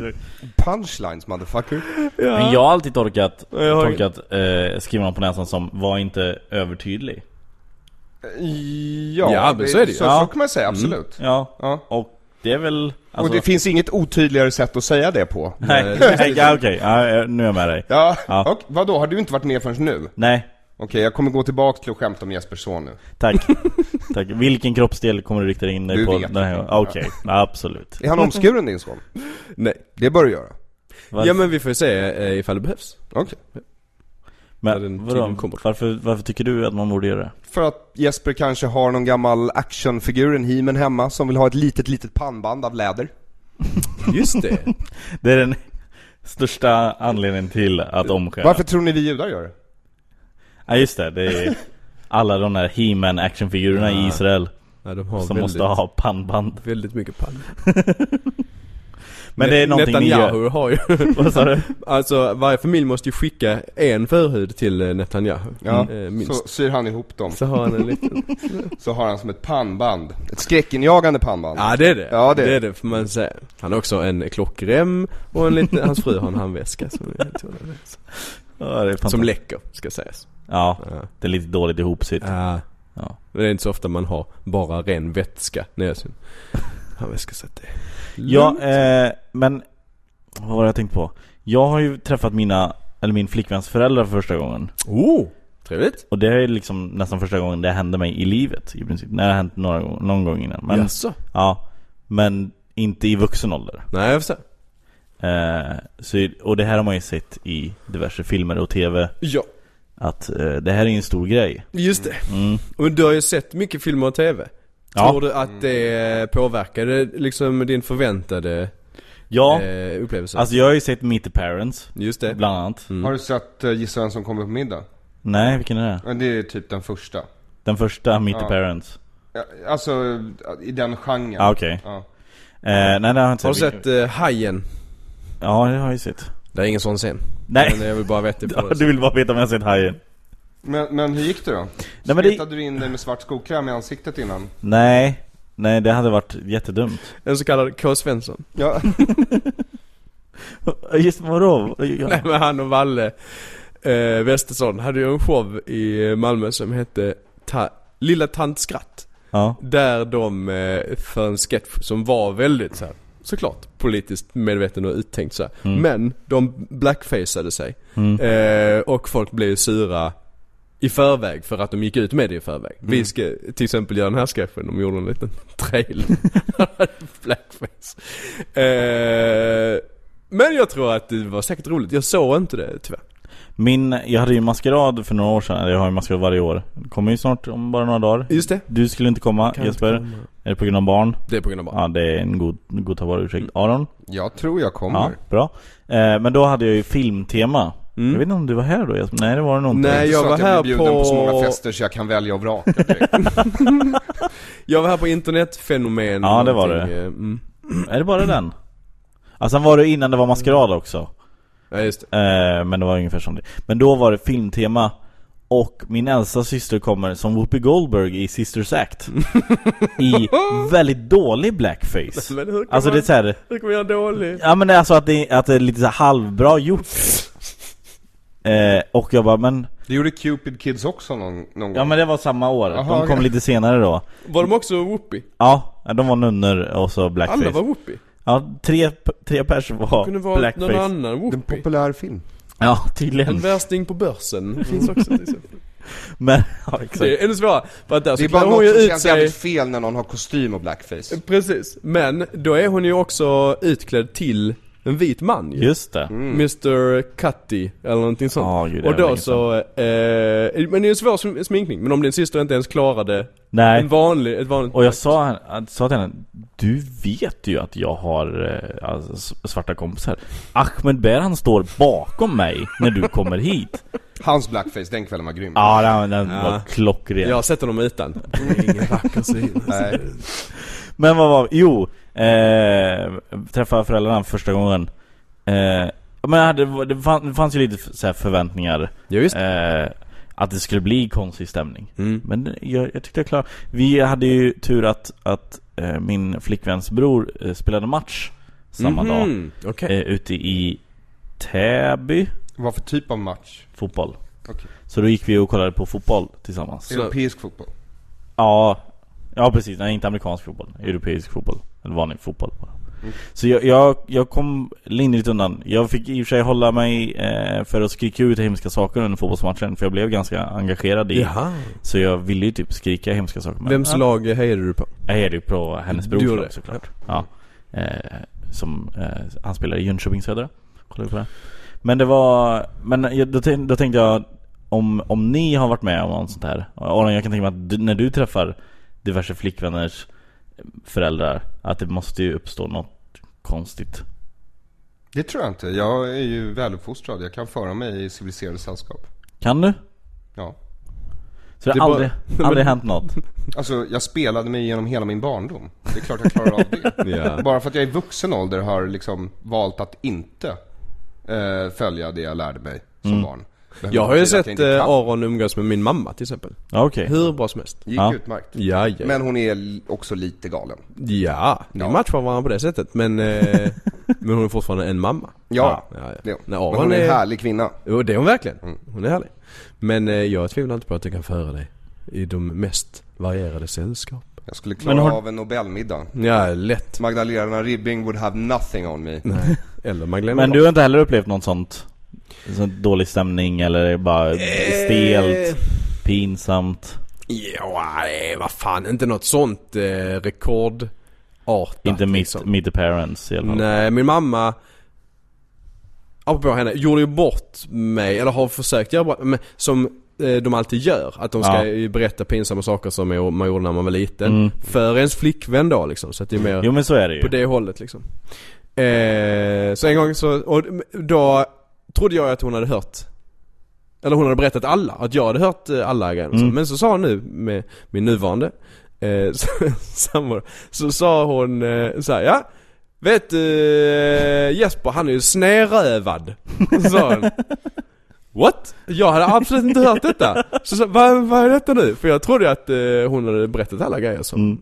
[SPEAKER 2] du?
[SPEAKER 3] Punchlines motherfucker.
[SPEAKER 1] Men jag har alltid tolkat,
[SPEAKER 2] jag har-
[SPEAKER 1] tolkat eh, skriva någon på näsan som var inte övertydlig.
[SPEAKER 3] Ja,
[SPEAKER 2] Ja, Mm. men så är det ju.
[SPEAKER 3] Så,
[SPEAKER 1] Ja.
[SPEAKER 3] så kan man säga, absolut.
[SPEAKER 1] Ja.
[SPEAKER 3] Ja.
[SPEAKER 1] Och det är väl...
[SPEAKER 3] Och
[SPEAKER 1] Alltså,
[SPEAKER 3] det finns inget otydligare sätt att säga det på. Eh,
[SPEAKER 1] nej, nej, ja, okej. Ja, eh, nu är jag med dig.
[SPEAKER 3] Ja,
[SPEAKER 1] Ja.
[SPEAKER 3] och vadå, har du inte varit med förrän nu?
[SPEAKER 1] Nej,
[SPEAKER 3] Okej, jag kommer gå tillbaka till att skämta om Jespers son nu.
[SPEAKER 1] tack. tack. Vilken kroppsdel kommer du rikta in dig
[SPEAKER 3] Du
[SPEAKER 1] på?
[SPEAKER 3] vet.
[SPEAKER 1] Den här gången? Okej, absolut.
[SPEAKER 3] Är han omskuren din son?
[SPEAKER 2] Nej.
[SPEAKER 3] Det bör du göra.
[SPEAKER 1] Varför,
[SPEAKER 2] Ja men vi får se eh, ifall det behövs.
[SPEAKER 3] Okej.
[SPEAKER 1] men,
[SPEAKER 2] när den
[SPEAKER 1] vadå?
[SPEAKER 2] tiden kommer.
[SPEAKER 1] varför, varför tycker du att man borde göra det?
[SPEAKER 3] För att Jesper kanske har någon gammal actionfigur, en he hemma, som vill ha ett litet, litet pannband av läder.
[SPEAKER 2] Just det.
[SPEAKER 1] Det är den största anledningen till att omskära.
[SPEAKER 3] Varför tror ni vi judar gör det?
[SPEAKER 1] Ja just det, det är alla de där He-Man actionfigurerna i Israel
[SPEAKER 2] Ja, de har
[SPEAKER 1] som
[SPEAKER 2] väldigt,
[SPEAKER 1] måste ha pannband.
[SPEAKER 2] väldigt mycket pann.
[SPEAKER 1] Men det är någonting ni gör.
[SPEAKER 2] Netanyahu har ju
[SPEAKER 1] Vad sa du?
[SPEAKER 2] Alltså varje familj måste ju skicka en förhud till eh, Netanyahu.
[SPEAKER 3] Ja,
[SPEAKER 2] Eh, minst.
[SPEAKER 3] så syr han ihop dem.
[SPEAKER 2] Så har han en liten...
[SPEAKER 3] Så har han som ett pannband. Ett skräckinjagande pannband.
[SPEAKER 2] Ja det är det.
[SPEAKER 3] Ja, det är
[SPEAKER 2] är det får man säga. Han har också en klockrem och en liten, hans fru har en handväska som, jag tror det är.
[SPEAKER 1] Ja, det är
[SPEAKER 2] som
[SPEAKER 1] fantastiskt.
[SPEAKER 2] läcker, ska sägas.
[SPEAKER 1] Ja,
[SPEAKER 2] Ja.
[SPEAKER 1] det är lite dåligt ihopsytt.
[SPEAKER 2] Ja.
[SPEAKER 1] Ja.
[SPEAKER 2] Men det är inte så ofta man har bara ren vätska nere i sin handväska så att det...
[SPEAKER 1] Ja, eh, men vad var det jag tänkte på? Jag har ju träffat mina, eller min flickväns föräldrar för första gången.
[SPEAKER 2] Oh! Trevligt.
[SPEAKER 1] Och det är liksom nästan första gången det hände mig i livet i princip. Nej, det har hänt några, gång- någon gång innan. Men,
[SPEAKER 2] Jaså?
[SPEAKER 1] ja, men inte i vuxen ålder.
[SPEAKER 2] Nej jag förstår.
[SPEAKER 1] Eh, så, och det här har man ju sett i diverse filmer och TV.
[SPEAKER 2] Ja.
[SPEAKER 1] Att eh, det här är ju en stor grej.
[SPEAKER 2] Just det. Men du har ju sett mycket filmer och TV.
[SPEAKER 1] Ja.
[SPEAKER 2] Tror du att det påverkade liksom din förväntade
[SPEAKER 1] Ja.
[SPEAKER 2] eh, upplevelser.
[SPEAKER 1] Alltså jag har ju sett Meet the Parents,
[SPEAKER 2] Just det.
[SPEAKER 1] bland annat.
[SPEAKER 3] Har du sett eh, Gissa vem som kommer på middag?
[SPEAKER 1] Nej, vilken är det?
[SPEAKER 3] Ja, Det är typ den första.
[SPEAKER 1] Den första, Meet
[SPEAKER 3] Ja.
[SPEAKER 1] the Parents.
[SPEAKER 3] Ja, Alltså, i den genren.
[SPEAKER 1] Ah, okej.
[SPEAKER 3] Ja.
[SPEAKER 1] Eh, nej, det har jag inte
[SPEAKER 2] Har du sett eh, Hajen?
[SPEAKER 1] Ja, det har jag ju sett.
[SPEAKER 2] Det är ingen sån scen.
[SPEAKER 1] Nej.
[SPEAKER 2] Men jag vill bara veta på
[SPEAKER 1] Du vill bara veta om jag har sett Hajen?
[SPEAKER 3] Men, men hur gick det då?
[SPEAKER 1] men det-
[SPEAKER 3] Spretade du in dig med svart skokräm i ansiktet innan?
[SPEAKER 1] Nej. Nej, det hade varit jättedumt.
[SPEAKER 2] En så kallad K. Svensson.
[SPEAKER 3] Ja.
[SPEAKER 1] Just vadå? Ja.
[SPEAKER 2] Nej men han och Valle eh, Westesson hade ju en show i Malmö som hette ta- Lilla Tant Skratt.
[SPEAKER 1] Ja.
[SPEAKER 2] Där de eh, för en sketch som var väldigt så här, såklart politiskt medveten och uttänkt så här.
[SPEAKER 1] Mm.
[SPEAKER 2] Men de blackfaceade sig. Eh, och folk blev sura i förväg för att de gick ut med det i förväg.
[SPEAKER 1] Mm.
[SPEAKER 2] Vi ska till exempel göra den här sketchen, de gjorde en liten trail. Blackface. Eh, men jag tror att det var säkert roligt. Jag såg inte det tyvärr.
[SPEAKER 1] Min, jag hade ju maskerad för några år sedan, eller jag har ju maskerad varje år. Kommer ju snart om bara några dagar.
[SPEAKER 2] Just det.
[SPEAKER 1] Du skulle inte komma
[SPEAKER 2] Kan inte
[SPEAKER 1] Jesper.
[SPEAKER 2] komma.
[SPEAKER 1] Är det på grund av barn?
[SPEAKER 2] Det är på grund av barn.
[SPEAKER 1] Ja, det är en god, godtagbar
[SPEAKER 2] Mm.
[SPEAKER 1] ursäkt. Aron?
[SPEAKER 3] Jag tror jag kommer.
[SPEAKER 1] Ja, bra. Eh, men då hade jag ju filmtema. Jag vet inte om du var här då Jesper? Nej det var du nog inte.
[SPEAKER 3] Det är
[SPEAKER 2] Mm. Nej,
[SPEAKER 3] inte
[SPEAKER 2] jag
[SPEAKER 3] så
[SPEAKER 2] var
[SPEAKER 3] att jag
[SPEAKER 2] här
[SPEAKER 3] blir bjuden på... så många fester så jag kan välja och vraka direkt.
[SPEAKER 2] Jag var här på internetfenomen.
[SPEAKER 1] Ja, det var
[SPEAKER 2] någonting,
[SPEAKER 1] det.
[SPEAKER 2] eh, Mm.
[SPEAKER 1] Är det bara den? Ja, sen var det innan det var maskerad också.
[SPEAKER 2] Ja, just det.
[SPEAKER 1] Eh, men det var ungefär som det. Men då var det filmtema. Och min äldsta syster kommer som Whoopi Goldberg i Sisters Act. I väldigt dålig blackface.
[SPEAKER 2] Men hur kan
[SPEAKER 1] Alltså det är
[SPEAKER 2] man-
[SPEAKER 1] så här,
[SPEAKER 2] Nu kommer jag dålig.
[SPEAKER 1] Ja men alltså att det, att det är lite så här halvbra gjort. eh, och jag bara men,
[SPEAKER 3] Det gjorde Cupid Kids också någon, någon
[SPEAKER 1] ja
[SPEAKER 3] gång.
[SPEAKER 1] men det var samma år.
[SPEAKER 3] Jaha,
[SPEAKER 1] de kom
[SPEAKER 3] okej.
[SPEAKER 1] lite senare då.
[SPEAKER 2] Var de också whoopie?
[SPEAKER 1] Ja, de var nunnor och så blackface.
[SPEAKER 2] Alla var whoopie.
[SPEAKER 1] Ja, tre, tre pers var
[SPEAKER 2] Kunde vara någon
[SPEAKER 1] blackface.
[SPEAKER 2] annan
[SPEAKER 3] En
[SPEAKER 2] whoopie.
[SPEAKER 3] populär film.
[SPEAKER 1] Ja,
[SPEAKER 2] En
[SPEAKER 1] tydligen.
[SPEAKER 2] värsting på börsen finns också till exempel.
[SPEAKER 1] Men, ja, exakt.
[SPEAKER 2] Det är ännu svårare. För att där
[SPEAKER 3] Det
[SPEAKER 2] så
[SPEAKER 3] är bara
[SPEAKER 2] klär
[SPEAKER 3] något
[SPEAKER 2] hon ju
[SPEAKER 3] som
[SPEAKER 2] ut
[SPEAKER 3] känns
[SPEAKER 2] sig.
[SPEAKER 3] jävligt fel när någon har kostym och blackface.
[SPEAKER 2] Precis. Men då är hon ju också utklädd till en vit man ju.
[SPEAKER 1] Just det.
[SPEAKER 3] Mm.
[SPEAKER 2] Mr Cutty eller någonting sånt.
[SPEAKER 1] Ja, gud, det
[SPEAKER 2] och
[SPEAKER 1] var
[SPEAKER 2] då
[SPEAKER 1] länge
[SPEAKER 2] så, eh, men det är en svår sm- sminkning. Men om din syster inte ens klarade
[SPEAKER 1] Nej.
[SPEAKER 2] en vanlig, ett vanligt
[SPEAKER 1] Och jag sa, jag sa till henne, du vet ju att jag har eh, alltså, s- svarta kompisar. Ahmed Berhan står bakom mig när du kommer hit.
[SPEAKER 3] Hans blackface den kvällen var grym.
[SPEAKER 1] Ja, den, den var
[SPEAKER 2] Ja.
[SPEAKER 1] klockren.
[SPEAKER 2] Jag har sett honom utan. Ingen vacker syn.
[SPEAKER 3] Nej.
[SPEAKER 1] Men vad var Jo, eh, träffade föräldrarna första gången. Eh, men jag hade, det, fanns, det fanns ju lite f- så här förväntningar.
[SPEAKER 2] Ja, visst.
[SPEAKER 1] Eh, att det skulle bli konstig stämning.
[SPEAKER 2] Mm.
[SPEAKER 1] Men jag, jag tyckte jag klarade Vi hade ju tur att, att eh, min flickväns bror eh, spelade match samma dag.
[SPEAKER 2] Mm, Okej.
[SPEAKER 1] Eh, ute i Täby
[SPEAKER 3] Vad för typ av match?
[SPEAKER 1] fotboll.
[SPEAKER 3] Okej.
[SPEAKER 1] Så då gick vi och kollade på fotboll tillsammans.
[SPEAKER 3] Europeisk fotboll.
[SPEAKER 1] Ja, ja precis. Nej, inte amerikansk fotboll. Europeisk fotboll. Eller vanlig fotboll bara. Så jag, jag, jag kom lindrigt undan. Jag fick i och för sig hålla mig eh, för att skrika ut hemska saker under fotbollsmatchen. För jag blev ganska engagerad i.
[SPEAKER 2] Jaha.
[SPEAKER 1] Så jag ville ju typ skrika hemska saker. Men,
[SPEAKER 2] Vems
[SPEAKER 1] ja,
[SPEAKER 2] lag hejade du på?
[SPEAKER 1] Jag hejade ju på hennes
[SPEAKER 2] Du
[SPEAKER 1] brors
[SPEAKER 2] gjorde
[SPEAKER 1] lag
[SPEAKER 2] det?
[SPEAKER 1] såklart. Ja. Eh, som, eh, han spelar i Jönköping Södra. Kollar vi på det. Men det var, men jag, då, tänk, då tänkte jag om, om ni har varit med om något sånt här. Aron jag kan tänka mig att du, när du träffar diverse flickvänners föräldrar. Att det måste ju uppstå något konstigt.
[SPEAKER 3] Det tror jag inte. Jag är ju väluppfostrad. Jag kan föra mig i civiliserade sällskap.
[SPEAKER 1] Kan du?
[SPEAKER 3] Ja.
[SPEAKER 1] Så det
[SPEAKER 2] Det
[SPEAKER 1] har
[SPEAKER 2] är bara-
[SPEAKER 1] aldrig, aldrig hänt något?
[SPEAKER 3] Alltså jag spelade mig genom hela min barndom. Det är klart jag klarar av det.
[SPEAKER 2] Ja.
[SPEAKER 3] Bara för att jag i vuxen ålder har liksom valt att inte eh, följa det jag lärde mig som barn. Behöver
[SPEAKER 2] Mm. Jag har ju
[SPEAKER 3] inte betyda att jag
[SPEAKER 2] sett
[SPEAKER 3] inte
[SPEAKER 2] eh,
[SPEAKER 3] kan.
[SPEAKER 2] Aron umgås med min mamma till exempel.
[SPEAKER 1] Ja, Okej.
[SPEAKER 2] Hur bra som helst.
[SPEAKER 3] gick
[SPEAKER 1] Ja.
[SPEAKER 3] utmärkt.
[SPEAKER 2] Ja, ja.
[SPEAKER 3] Men hon är l- också lite galen.
[SPEAKER 2] ja. Ni matchar varandra på det sättet men, eh, men hon är fortfarande en mamma.
[SPEAKER 3] Ja,
[SPEAKER 2] ja, ja.
[SPEAKER 3] det är hon.
[SPEAKER 2] Nej,
[SPEAKER 3] Men
[SPEAKER 2] Aron
[SPEAKER 3] hon är
[SPEAKER 2] är-
[SPEAKER 3] en härlig Mm. kvinna.
[SPEAKER 2] Jo det är hon verkligen. Hon är härlig. Men eh, jag tvivlar inte på att du kan föra dig i de mest varierade sällskap.
[SPEAKER 3] Jag skulle klara
[SPEAKER 1] har-
[SPEAKER 3] av en Nobelmiddag.
[SPEAKER 2] Ja, lätt.
[SPEAKER 3] Magdalena Ribbing would have nothing on me.
[SPEAKER 2] Nej. Eller Magdalena
[SPEAKER 1] Men
[SPEAKER 2] Dahl.
[SPEAKER 1] du har inte heller upplevt något sånt? Sån dålig stämning eller bara
[SPEAKER 2] Eh.
[SPEAKER 1] stelt, pinsamt?
[SPEAKER 2] Ja, eh, vad fan. Inte något sånt eh, rekordartat.
[SPEAKER 1] Inte meet,
[SPEAKER 2] liksom.
[SPEAKER 1] meet the parents i alla fall.
[SPEAKER 2] Nej, min mamma Apropå henne, gjorde ju bort mig, eller har försökt göra bort men som eh, de alltid gör. Att de ska
[SPEAKER 1] Ja.
[SPEAKER 2] ju berätta pinsamma saker som jag- man gjorde när man var liten. För ens flickvän då liksom. Så att det är mer
[SPEAKER 1] Jo men så är det ju.
[SPEAKER 2] på det hållet liksom. Eh, så en gång så, och då trodde jag att hon hade hört Eller hon hade berättat alla, att jag hade hört eh, alla grejer mm. Men så sa hon nu med min nuvarande eh, så, sambo, så sa hon eh, så här, ja Vet du eh, Jesper han är ju snärövad Sa hon What? Jag hade absolut inte hört detta! Så, så vad, vad är detta nu? För jag trodde att eh, hon hade berättat alla grejer som
[SPEAKER 1] Mm,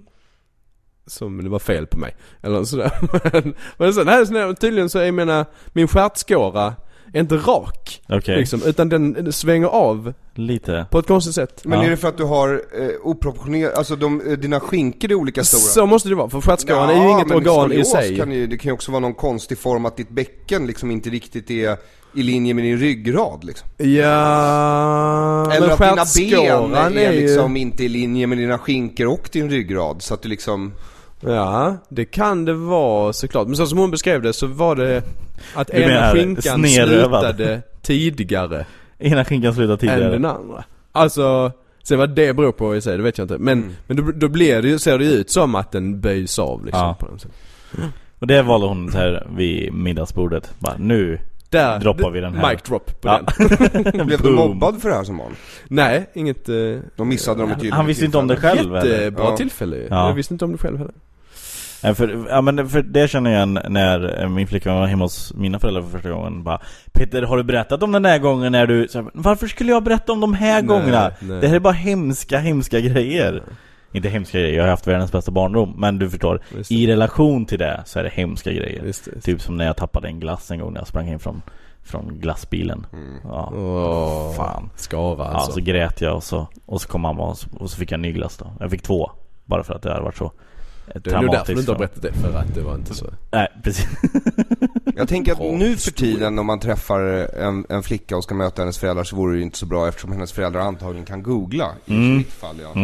[SPEAKER 2] som det var fel på mig. Eller sådär. Men, men sen, nej, så, tydligen så är mina, min stjärtskåra är inte rak.
[SPEAKER 1] Okej.
[SPEAKER 2] Liksom, utan den svänger av
[SPEAKER 1] Lite.
[SPEAKER 2] på ett konstigt sätt.
[SPEAKER 3] Men
[SPEAKER 1] Ja.
[SPEAKER 3] är det för att du har eh, oproportionerligt, alltså de, eh, dina skinkor är olika stora?
[SPEAKER 2] Så måste det vara, för stjärtskåran är ju inget
[SPEAKER 3] men
[SPEAKER 2] organ i
[SPEAKER 3] skolios
[SPEAKER 2] sig.
[SPEAKER 3] Kan ju, det kan ju också vara någon konstig form att ditt bäcken liksom inte riktigt är i linje med din ryggrad liksom.
[SPEAKER 2] Ja...
[SPEAKER 3] Eller
[SPEAKER 2] men
[SPEAKER 3] att dina ben
[SPEAKER 2] stjärtskåran
[SPEAKER 3] är,
[SPEAKER 2] är ju...
[SPEAKER 3] liksom inte i linje med dina skinkor och din ryggrad. Så att du liksom,
[SPEAKER 2] Ja, det kan det vara såklart. Men så som hon beskrev det så var det att
[SPEAKER 1] Du
[SPEAKER 2] ena
[SPEAKER 1] menar
[SPEAKER 2] skinkan
[SPEAKER 1] snedrövad?
[SPEAKER 2] slutade tidigare.
[SPEAKER 1] Ena skinkan slutar
[SPEAKER 2] än den
[SPEAKER 1] tidigare.
[SPEAKER 2] andra. Alltså, sen vad det beror på i sig, det vet jag inte. Men,
[SPEAKER 1] Mm.
[SPEAKER 2] men då, då blir det ju, ser det ju ut som att den böjs av liksom
[SPEAKER 1] Ja.
[SPEAKER 2] på något sätt.
[SPEAKER 1] Och det valde hon så här vid middagsbordet. Bara nu.
[SPEAKER 2] Där,
[SPEAKER 1] Droppar vi den här.
[SPEAKER 2] Mic drop på
[SPEAKER 1] Ja.
[SPEAKER 2] den.
[SPEAKER 3] blev du
[SPEAKER 1] Boom.
[SPEAKER 3] mobbad för det här som barn?
[SPEAKER 2] Nej, inget eh,
[SPEAKER 3] De missade dem tydligt.
[SPEAKER 1] Han visste inte om det själv eller?
[SPEAKER 2] jättebra
[SPEAKER 3] Ja.
[SPEAKER 2] tillfälle ju.
[SPEAKER 1] Ja.
[SPEAKER 2] Jag visste inte om det själv heller.
[SPEAKER 1] Nej, för, ja, men för det känner jag igen när eh, min flickvän var hemma hos mina föräldrar för första gången bara Peter, har du berättat om den här gången när du... Så här, Varför skulle jag berätta om de här
[SPEAKER 2] Nej,
[SPEAKER 1] gångerna?
[SPEAKER 2] nej.
[SPEAKER 1] Det här är bara hemska, hemska grejer Inte hemska grejer, jag har haft världens bästa barndom Men du förstår,
[SPEAKER 2] Just det.
[SPEAKER 1] i relation till det så är det hemska grejer
[SPEAKER 2] Just det, just
[SPEAKER 1] Typ som när jag tappade en glass en gång när jag sprang hem från, från glassbilen Ja,
[SPEAKER 2] Mm. Åh,
[SPEAKER 1] fan
[SPEAKER 2] Skava
[SPEAKER 1] Ja, så
[SPEAKER 2] alltså.
[SPEAKER 1] grät jag och så, och så kom mamma och så, och så fick jag en ny glass då Jag fick två, bara för att det hade varit så eh,
[SPEAKER 2] det är nog därför du inte har
[SPEAKER 1] för mig.
[SPEAKER 2] berättat det, för att det var inte så.
[SPEAKER 1] Nej, precis
[SPEAKER 3] Jag tänker att
[SPEAKER 2] Bra
[SPEAKER 3] nu för tiden om man träffar en, en flicka och ska möta hennes föräldrar så vore det ju inte så bra eftersom hennes föräldrar antagligen kan googla. I mitt fall ja.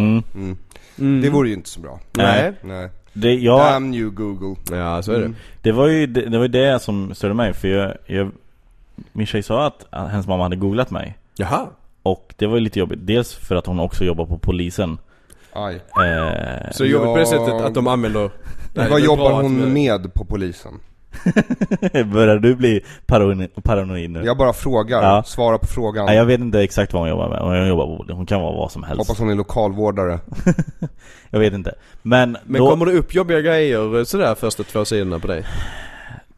[SPEAKER 3] Mm. Det vore ju inte så bra.
[SPEAKER 1] Nej. Mm.
[SPEAKER 3] Nej.
[SPEAKER 1] Det, ja,
[SPEAKER 3] Damn you Google.
[SPEAKER 2] Ja, så är det.
[SPEAKER 1] det var ju det, det, var ju det som störde mig för jag, jag, min tjej sa att hennes mamma hade googlat mig
[SPEAKER 2] Jaha.
[SPEAKER 1] Och det var ju lite jobbigt, dels för att hon också jobbar på polisen
[SPEAKER 3] Aj.
[SPEAKER 1] eh,
[SPEAKER 2] Så jobbigt på det
[SPEAKER 3] Ja.
[SPEAKER 2] sättet att de använder... Nej,
[SPEAKER 3] Vad
[SPEAKER 2] det är bra
[SPEAKER 3] jobbar
[SPEAKER 2] att vi-
[SPEAKER 3] hon med på polisen?
[SPEAKER 1] Börjar du bli paranoid, paranoid nu?
[SPEAKER 3] Jag bara frågar,
[SPEAKER 1] Ja.
[SPEAKER 3] svara på frågan.
[SPEAKER 1] Nej, jag vet inte exakt vad hon jobbar med, hon jobbar på, hon kan vara vad som helst
[SPEAKER 3] Hoppas hon är lokalvårdare.
[SPEAKER 1] Jag vet inte Men,
[SPEAKER 2] Men
[SPEAKER 1] då,
[SPEAKER 2] kommer det upp jobbiga grejer eh, sådär första två sidorna på dig?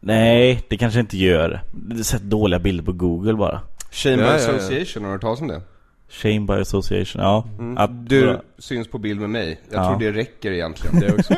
[SPEAKER 1] nej det kanske inte gör Det är sett dåliga bilder på google bara
[SPEAKER 3] Shame
[SPEAKER 2] Ja,
[SPEAKER 3] by
[SPEAKER 2] ja, ja.
[SPEAKER 3] association, har du hört talas om det?
[SPEAKER 1] Shame by association, ja att,
[SPEAKER 3] Du
[SPEAKER 1] bara-
[SPEAKER 3] syns på bild med mig. Jag
[SPEAKER 1] Ja.
[SPEAKER 3] tror det räcker egentligen.
[SPEAKER 2] Det också.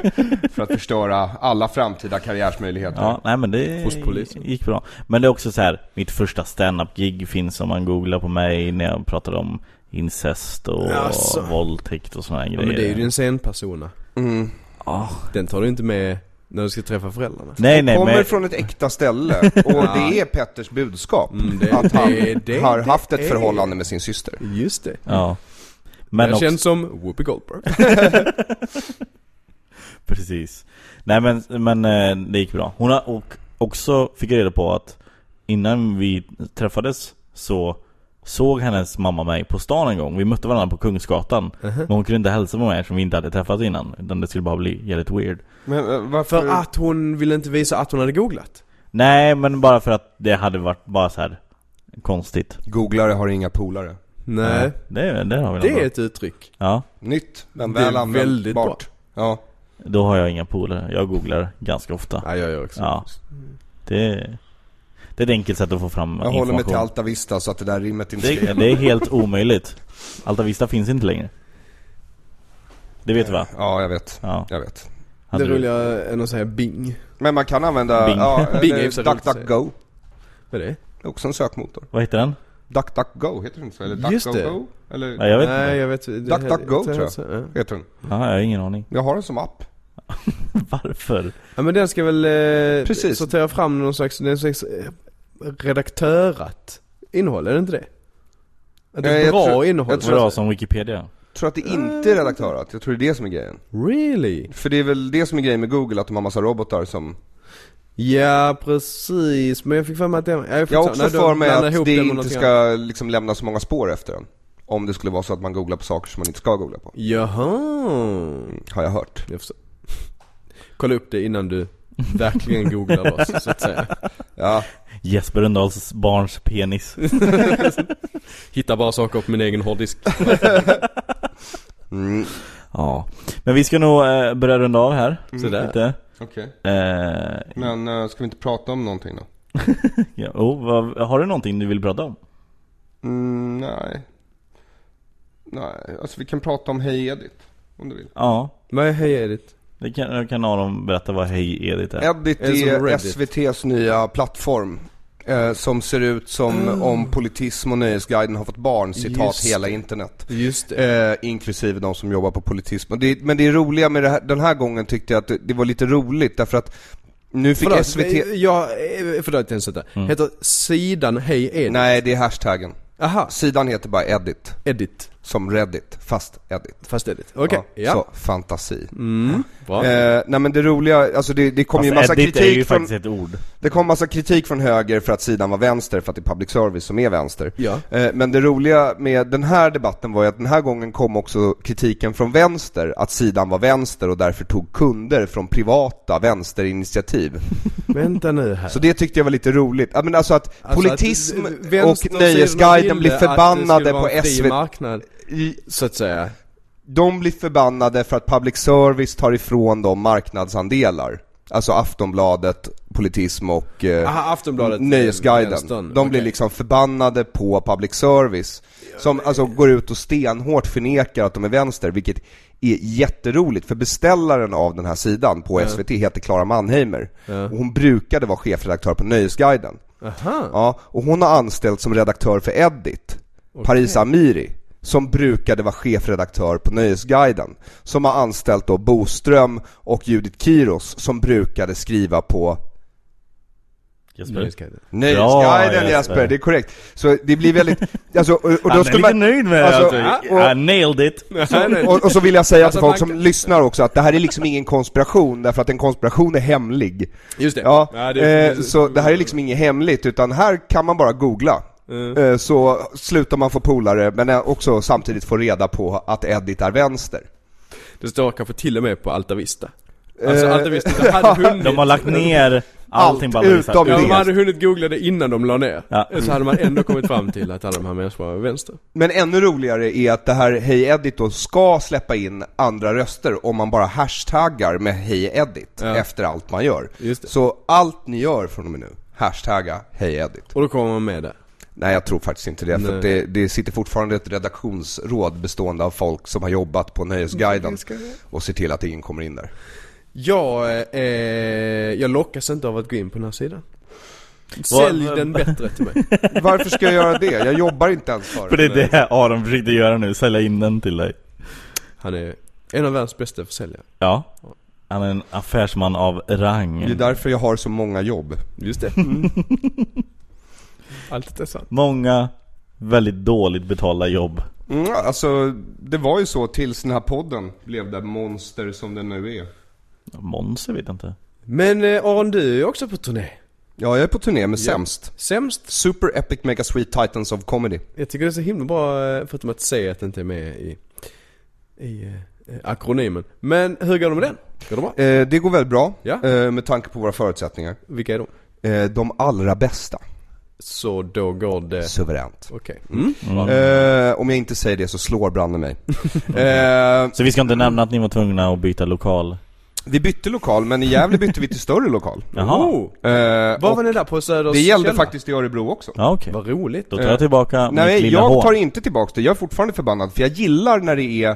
[SPEAKER 3] För att förstöra alla framtida karriärsmöjligheter.
[SPEAKER 1] Ja, nej men det
[SPEAKER 2] Hos polisen.
[SPEAKER 1] gick bra. Men det är också så här, mitt första stand-up-gig finns om man googlar på mig när jag pratar om incest och
[SPEAKER 2] Jaså.
[SPEAKER 1] våldtäkt och såna här
[SPEAKER 2] alltså. Ja,
[SPEAKER 1] grejer.
[SPEAKER 2] men det Ah. är ju din scenpersona.
[SPEAKER 3] Mm.
[SPEAKER 1] Ja.
[SPEAKER 2] Den tar du inte med när du ska träffa föräldrarna.
[SPEAKER 1] Nej nej
[SPEAKER 3] Kommer
[SPEAKER 1] men,
[SPEAKER 3] från ett äkta ställe och det är Petters budskap.
[SPEAKER 2] Mm, det-
[SPEAKER 3] att han
[SPEAKER 2] det- det-
[SPEAKER 3] har
[SPEAKER 2] det
[SPEAKER 3] haft ett
[SPEAKER 2] är-
[SPEAKER 3] förhållande med sin syster.
[SPEAKER 2] Just det.
[SPEAKER 1] ja.
[SPEAKER 2] Men
[SPEAKER 1] Men
[SPEAKER 2] jag
[SPEAKER 1] också,
[SPEAKER 2] känns som Whoopi Goldberg.
[SPEAKER 1] precis. Nej men, men eh, det gick bra. Hon har och, också fick jag reda på att innan vi träffades så såg hennes mamma mig på stan en gång. Vi mötte varandra på Kungsgatan. Men hon kunde inte hälsa på mig eftersom vi inte hade träffats innan. Utan det skulle bara bli jävligt weird.
[SPEAKER 3] Men eh, varför?
[SPEAKER 2] För att hon ville inte visa att hon hade googlat.
[SPEAKER 1] Nej, men bara för att det hade varit bara så här konstigt.
[SPEAKER 3] Googlare har inga polare.
[SPEAKER 2] Nej.
[SPEAKER 1] Det, det har vi
[SPEAKER 2] Det
[SPEAKER 1] någon
[SPEAKER 2] är
[SPEAKER 1] bra.
[SPEAKER 2] ett uttryck.
[SPEAKER 1] Ja,
[SPEAKER 3] Nytt, men
[SPEAKER 2] Det är
[SPEAKER 3] väl användbart.
[SPEAKER 2] väldigt bra.
[SPEAKER 3] Ja.
[SPEAKER 1] då har jag inga polare. Jag googlar ganska ofta.
[SPEAKER 2] Ja, jag gör också.
[SPEAKER 1] Ja. Det, det är ett enkelt sätt att få fram
[SPEAKER 3] Jag håller mig till
[SPEAKER 1] information.
[SPEAKER 3] Alta Vista så att det där rimmet inte
[SPEAKER 1] Det,
[SPEAKER 3] ska...
[SPEAKER 1] det är helt omöjligt. Altavista finns inte längre. Det vet du va?
[SPEAKER 3] Ja, jag vet.
[SPEAKER 1] Ja.
[SPEAKER 3] Jag vet.
[SPEAKER 1] Hade
[SPEAKER 2] Det
[SPEAKER 1] du-
[SPEAKER 2] roligare än att säga Bing.
[SPEAKER 3] Men man kan använda...
[SPEAKER 1] Bing.
[SPEAKER 3] Ja,
[SPEAKER 2] Bing
[SPEAKER 3] eller
[SPEAKER 2] är så roligt att säga.
[SPEAKER 3] DuckDuckGo.
[SPEAKER 2] Vad är det?
[SPEAKER 3] Det är också en sökmotor.
[SPEAKER 1] Vad heter den?
[SPEAKER 3] DuckDuckGo, heter den inte så? Eller
[SPEAKER 2] Just det.
[SPEAKER 3] DuckGoGo? Eller?
[SPEAKER 1] Nej, jag vet
[SPEAKER 2] Nej,
[SPEAKER 1] inte.
[SPEAKER 2] jag vet det-
[SPEAKER 3] DuckDuckGo,
[SPEAKER 2] det-
[SPEAKER 3] tror jag.
[SPEAKER 2] ja.
[SPEAKER 3] Heter den.
[SPEAKER 1] Ja, jag har ingen aning.
[SPEAKER 3] Jag har den som app.
[SPEAKER 1] Varför?
[SPEAKER 2] Ja, men den ska väl eh,
[SPEAKER 3] Precis.
[SPEAKER 2] sortera fram någon slags, någon slags eh, redaktörat innehåll, är det inte det? Att det
[SPEAKER 3] Nej,
[SPEAKER 2] är
[SPEAKER 3] Eh, jag
[SPEAKER 2] bra
[SPEAKER 3] tror-
[SPEAKER 2] innehåll.
[SPEAKER 3] jag tror-
[SPEAKER 1] Bra som Wikipedia.
[SPEAKER 3] Jag tror att det inte är
[SPEAKER 2] Mm.
[SPEAKER 3] redaktörat. Jag tror det är det som är grejen.
[SPEAKER 2] Really?
[SPEAKER 3] För det är väl det som är grejen med Google, att de har massa robotar som...
[SPEAKER 2] Ja, precis. Men jag fick för mig att den... Jag,
[SPEAKER 3] Jag har också för mig att det inte
[SPEAKER 2] Annat.
[SPEAKER 3] ska liksom lämna så många spår efter den. Om det skulle vara så att man googlar på saker som man inte ska googla på. Mm,
[SPEAKER 2] Jaha.
[SPEAKER 3] Har jag hört.
[SPEAKER 2] Jag förstår. Kolla upp det innan du verkligen googlar loss så att säga.
[SPEAKER 3] Ja,
[SPEAKER 1] Jesper Rönndahls barns penis.
[SPEAKER 2] Hittar bara saker på min egen hårddisk.
[SPEAKER 1] Ja. Men vi ska nog eh, börja runda av här.
[SPEAKER 2] Mm. Sådär.
[SPEAKER 1] Lite.
[SPEAKER 3] okej.
[SPEAKER 1] Eh,
[SPEAKER 3] Men eh, ska vi inte prata om någonting då?
[SPEAKER 1] ja. oh, vad, har du någonting du vill prata om?
[SPEAKER 3] Mm, nej. Nej, alltså vi kan prata om Hej Edit. Om du vill.
[SPEAKER 1] Ja.
[SPEAKER 2] Vad är Hej Edit?
[SPEAKER 1] Det kan, jag kan Aron berätta vad Hej Edith är.
[SPEAKER 3] Edit
[SPEAKER 2] Är det som
[SPEAKER 3] är
[SPEAKER 2] Reddit?
[SPEAKER 3] SVT's nya plattform. Eh, som ser ut som om politism och Nöjesguiden har fått barn, citat
[SPEAKER 2] Mm. Just
[SPEAKER 3] hela
[SPEAKER 2] det.
[SPEAKER 3] internet.
[SPEAKER 2] Just det.
[SPEAKER 3] Eh, inklusive de som jobbar på politism. Och det, men det roliga med det här, den här gången tyckte jag att det, det var lite roligt därför att nu fick
[SPEAKER 2] Förlåt,
[SPEAKER 3] SVT...
[SPEAKER 2] jag, eh, förlåt jag inte mm. Heter sidan Hej Edit?
[SPEAKER 3] Nej, det är hashtaggen.
[SPEAKER 2] Aha,
[SPEAKER 3] Sidan heter bara Edit,
[SPEAKER 2] Edit.
[SPEAKER 3] som Reddit, fast Edit.
[SPEAKER 2] Fast Edit. Okej, ja.
[SPEAKER 3] Så, fantasi.
[SPEAKER 2] Mm. Bra.
[SPEAKER 3] Eh, nej men det roliga, alltså det, det kom ju massa
[SPEAKER 1] Edith är ju
[SPEAKER 3] kritik från,
[SPEAKER 1] faktiskt ett ord.
[SPEAKER 3] det kom massa kritik från höger för att sidan var vänster, för att det är public service som är vänster.
[SPEAKER 2] Ja.
[SPEAKER 3] Eh, men det roliga med den här debatten var ju att den här gången kom också kritiken från vänster, att sidan var vänster och därför tog kunder från privata vänsterinitiativ.
[SPEAKER 2] Vänta nu här.
[SPEAKER 3] Så det tyckte jag var lite roligt. Ja, men alltså att
[SPEAKER 2] Alltså
[SPEAKER 3] politism
[SPEAKER 2] att, eh, vänstern
[SPEAKER 3] och Nöjesguiden
[SPEAKER 2] ville
[SPEAKER 3] blir
[SPEAKER 2] att det skulle
[SPEAKER 3] förbannade
[SPEAKER 2] vara
[SPEAKER 3] på Mm.
[SPEAKER 2] en fri
[SPEAKER 3] SVT.
[SPEAKER 2] marknad,
[SPEAKER 3] I-
[SPEAKER 2] så att säga.
[SPEAKER 3] de blir förbannade för att public service tar ifrån dem marknadsandelar. Alltså Aftonbladet, Politism och eh,
[SPEAKER 2] Aha, Aftonbladet,
[SPEAKER 3] Nöjesguiden.
[SPEAKER 2] Vänstern.
[SPEAKER 3] De blir
[SPEAKER 2] Okej.
[SPEAKER 3] liksom förbannade på public service. Som alltså går ut och stenhårt förnekar att de är vänster, vilket är jätteroligt. För beställaren av den här sidan på SVT heter Clara Mannheimer. Och hon brukade vara chefredaktör på Nöjesguiden.
[SPEAKER 2] Aha.
[SPEAKER 3] Ja, och hon har anställt som redaktör för Edit, Parisa Amiri, som brukade vara chefredaktör på Nöjesguiden, som har anställt då Boström och Judith Kiros som brukade skriva på
[SPEAKER 1] Jesper.
[SPEAKER 2] Nöjesguiden.
[SPEAKER 3] Nöjesguiden
[SPEAKER 1] Bra,
[SPEAKER 3] Jesper,
[SPEAKER 1] Jesper.
[SPEAKER 3] det är korrekt. Så det blir väldigt, alltså, och, och
[SPEAKER 1] Han
[SPEAKER 3] då
[SPEAKER 1] är
[SPEAKER 3] skulle
[SPEAKER 1] lite
[SPEAKER 3] man,
[SPEAKER 1] nöjd med
[SPEAKER 3] alltså,
[SPEAKER 1] det. Alltså,
[SPEAKER 3] och-
[SPEAKER 1] I nailed it.
[SPEAKER 2] Nej, nej.
[SPEAKER 3] och, och så vill jag säga till
[SPEAKER 2] Alltså,
[SPEAKER 3] folk som
[SPEAKER 2] man-
[SPEAKER 3] lyssnar också att det här är liksom ingen konspiration, därför att en konspiration är hemlig.
[SPEAKER 2] Just det.
[SPEAKER 3] Ja,
[SPEAKER 2] Ja, det-
[SPEAKER 3] eh, så det här är liksom inget hemligt, utan här kan man bara googla.
[SPEAKER 2] Mm.
[SPEAKER 3] Eh, så slutar man få polare, men eh, också samtidigt få reda på att Edit är vänster.
[SPEAKER 2] Det står kanske till och med på Alta Vista. Alltså
[SPEAKER 3] Eh,
[SPEAKER 2] Alta Vista, det hade hunnit.
[SPEAKER 1] De har lagt ner allting på
[SPEAKER 3] Allt
[SPEAKER 1] alla vissa.
[SPEAKER 3] utom
[SPEAKER 2] Ja,
[SPEAKER 3] det.
[SPEAKER 2] de hade hunnit googla det innan de la ner. Eh,
[SPEAKER 1] Ja.
[SPEAKER 2] Så hade man ändå kommit fram till att alla de här människorna var vänster.
[SPEAKER 3] Men ännu roligare är att det här Hej Edit då ska släppa in andra röster om man bara hashtaggar med Hej Edit efter allt man gör.
[SPEAKER 2] Just det.
[SPEAKER 3] Så allt ni gör från och med nu, hashtagga Hej Edit.
[SPEAKER 2] Och då kommer man med där.
[SPEAKER 3] Nej jag tror faktiskt inte det, för
[SPEAKER 2] Nej.
[SPEAKER 3] att det, det sitter fortfarande ett redaktionsråd bestående av folk som har jobbat på Nöjesguiden och ser till att ingen kommer in där.
[SPEAKER 2] Jag, eh, jag lockas inte av att gå in på den här sidan.
[SPEAKER 1] Vad-
[SPEAKER 2] Sälj den bättre till mig.
[SPEAKER 3] Varför ska jag göra det? Jag jobbar inte ens för
[SPEAKER 1] För det
[SPEAKER 3] det.
[SPEAKER 1] är det Aron försökte göra nu, sälja in den till dig.
[SPEAKER 2] Han är en av världens bästa försäljare.
[SPEAKER 1] Ja. Han är en affärsman av
[SPEAKER 3] Det är
[SPEAKER 1] rang.
[SPEAKER 3] därför jag har så många jobb. Mm.
[SPEAKER 2] Just det. Allt är sant.
[SPEAKER 1] Många väldigt dåligt betalda jobb.
[SPEAKER 3] Mm, alltså, det var ju så tills den här podden blev det monster som den nu är.
[SPEAKER 1] Monse vet jag inte.
[SPEAKER 2] Men eh, Aron, du är också på turné.
[SPEAKER 3] Ja, jag är på turné med Sämst.
[SPEAKER 2] Sämst.
[SPEAKER 3] Super Epic Mega Sweet Titans of Comedy.
[SPEAKER 2] Jag tycker det är så himla bra, eh, förutom att säga att det inte är med i, i eh, akronymen. Men hur går det med den? Går det bra?
[SPEAKER 3] Eh, det går väldigt bra,
[SPEAKER 2] Ja.
[SPEAKER 3] eh, med tanke på våra förutsättningar.
[SPEAKER 2] Vilka är de?
[SPEAKER 3] Eh, de allra bästa.
[SPEAKER 2] Så då går det...
[SPEAKER 3] Suveränt.
[SPEAKER 2] Okej. Mm.
[SPEAKER 3] Eh, om jag inte säger det så slår branden mig. eh,
[SPEAKER 1] Så vi ska inte nämna att ni var tvungna att byta lokal.
[SPEAKER 3] vi bytte lokal, men i Gävle bytte vi till större lokal.
[SPEAKER 1] Jaha.
[SPEAKER 2] Oh,
[SPEAKER 3] Eh,
[SPEAKER 2] var
[SPEAKER 3] och
[SPEAKER 2] var ni där på Söders
[SPEAKER 3] det gällde
[SPEAKER 2] källare?
[SPEAKER 3] faktiskt i Örebro också.
[SPEAKER 1] Ja okej.
[SPEAKER 2] Vad roligt. Eh,
[SPEAKER 1] Då tar jag tillbaka mitt
[SPEAKER 3] Nej,
[SPEAKER 1] lilla
[SPEAKER 3] jag
[SPEAKER 1] hår.
[SPEAKER 3] tar inte tillbaks det. Jag är fortfarande förbannad, för jag gillar när det är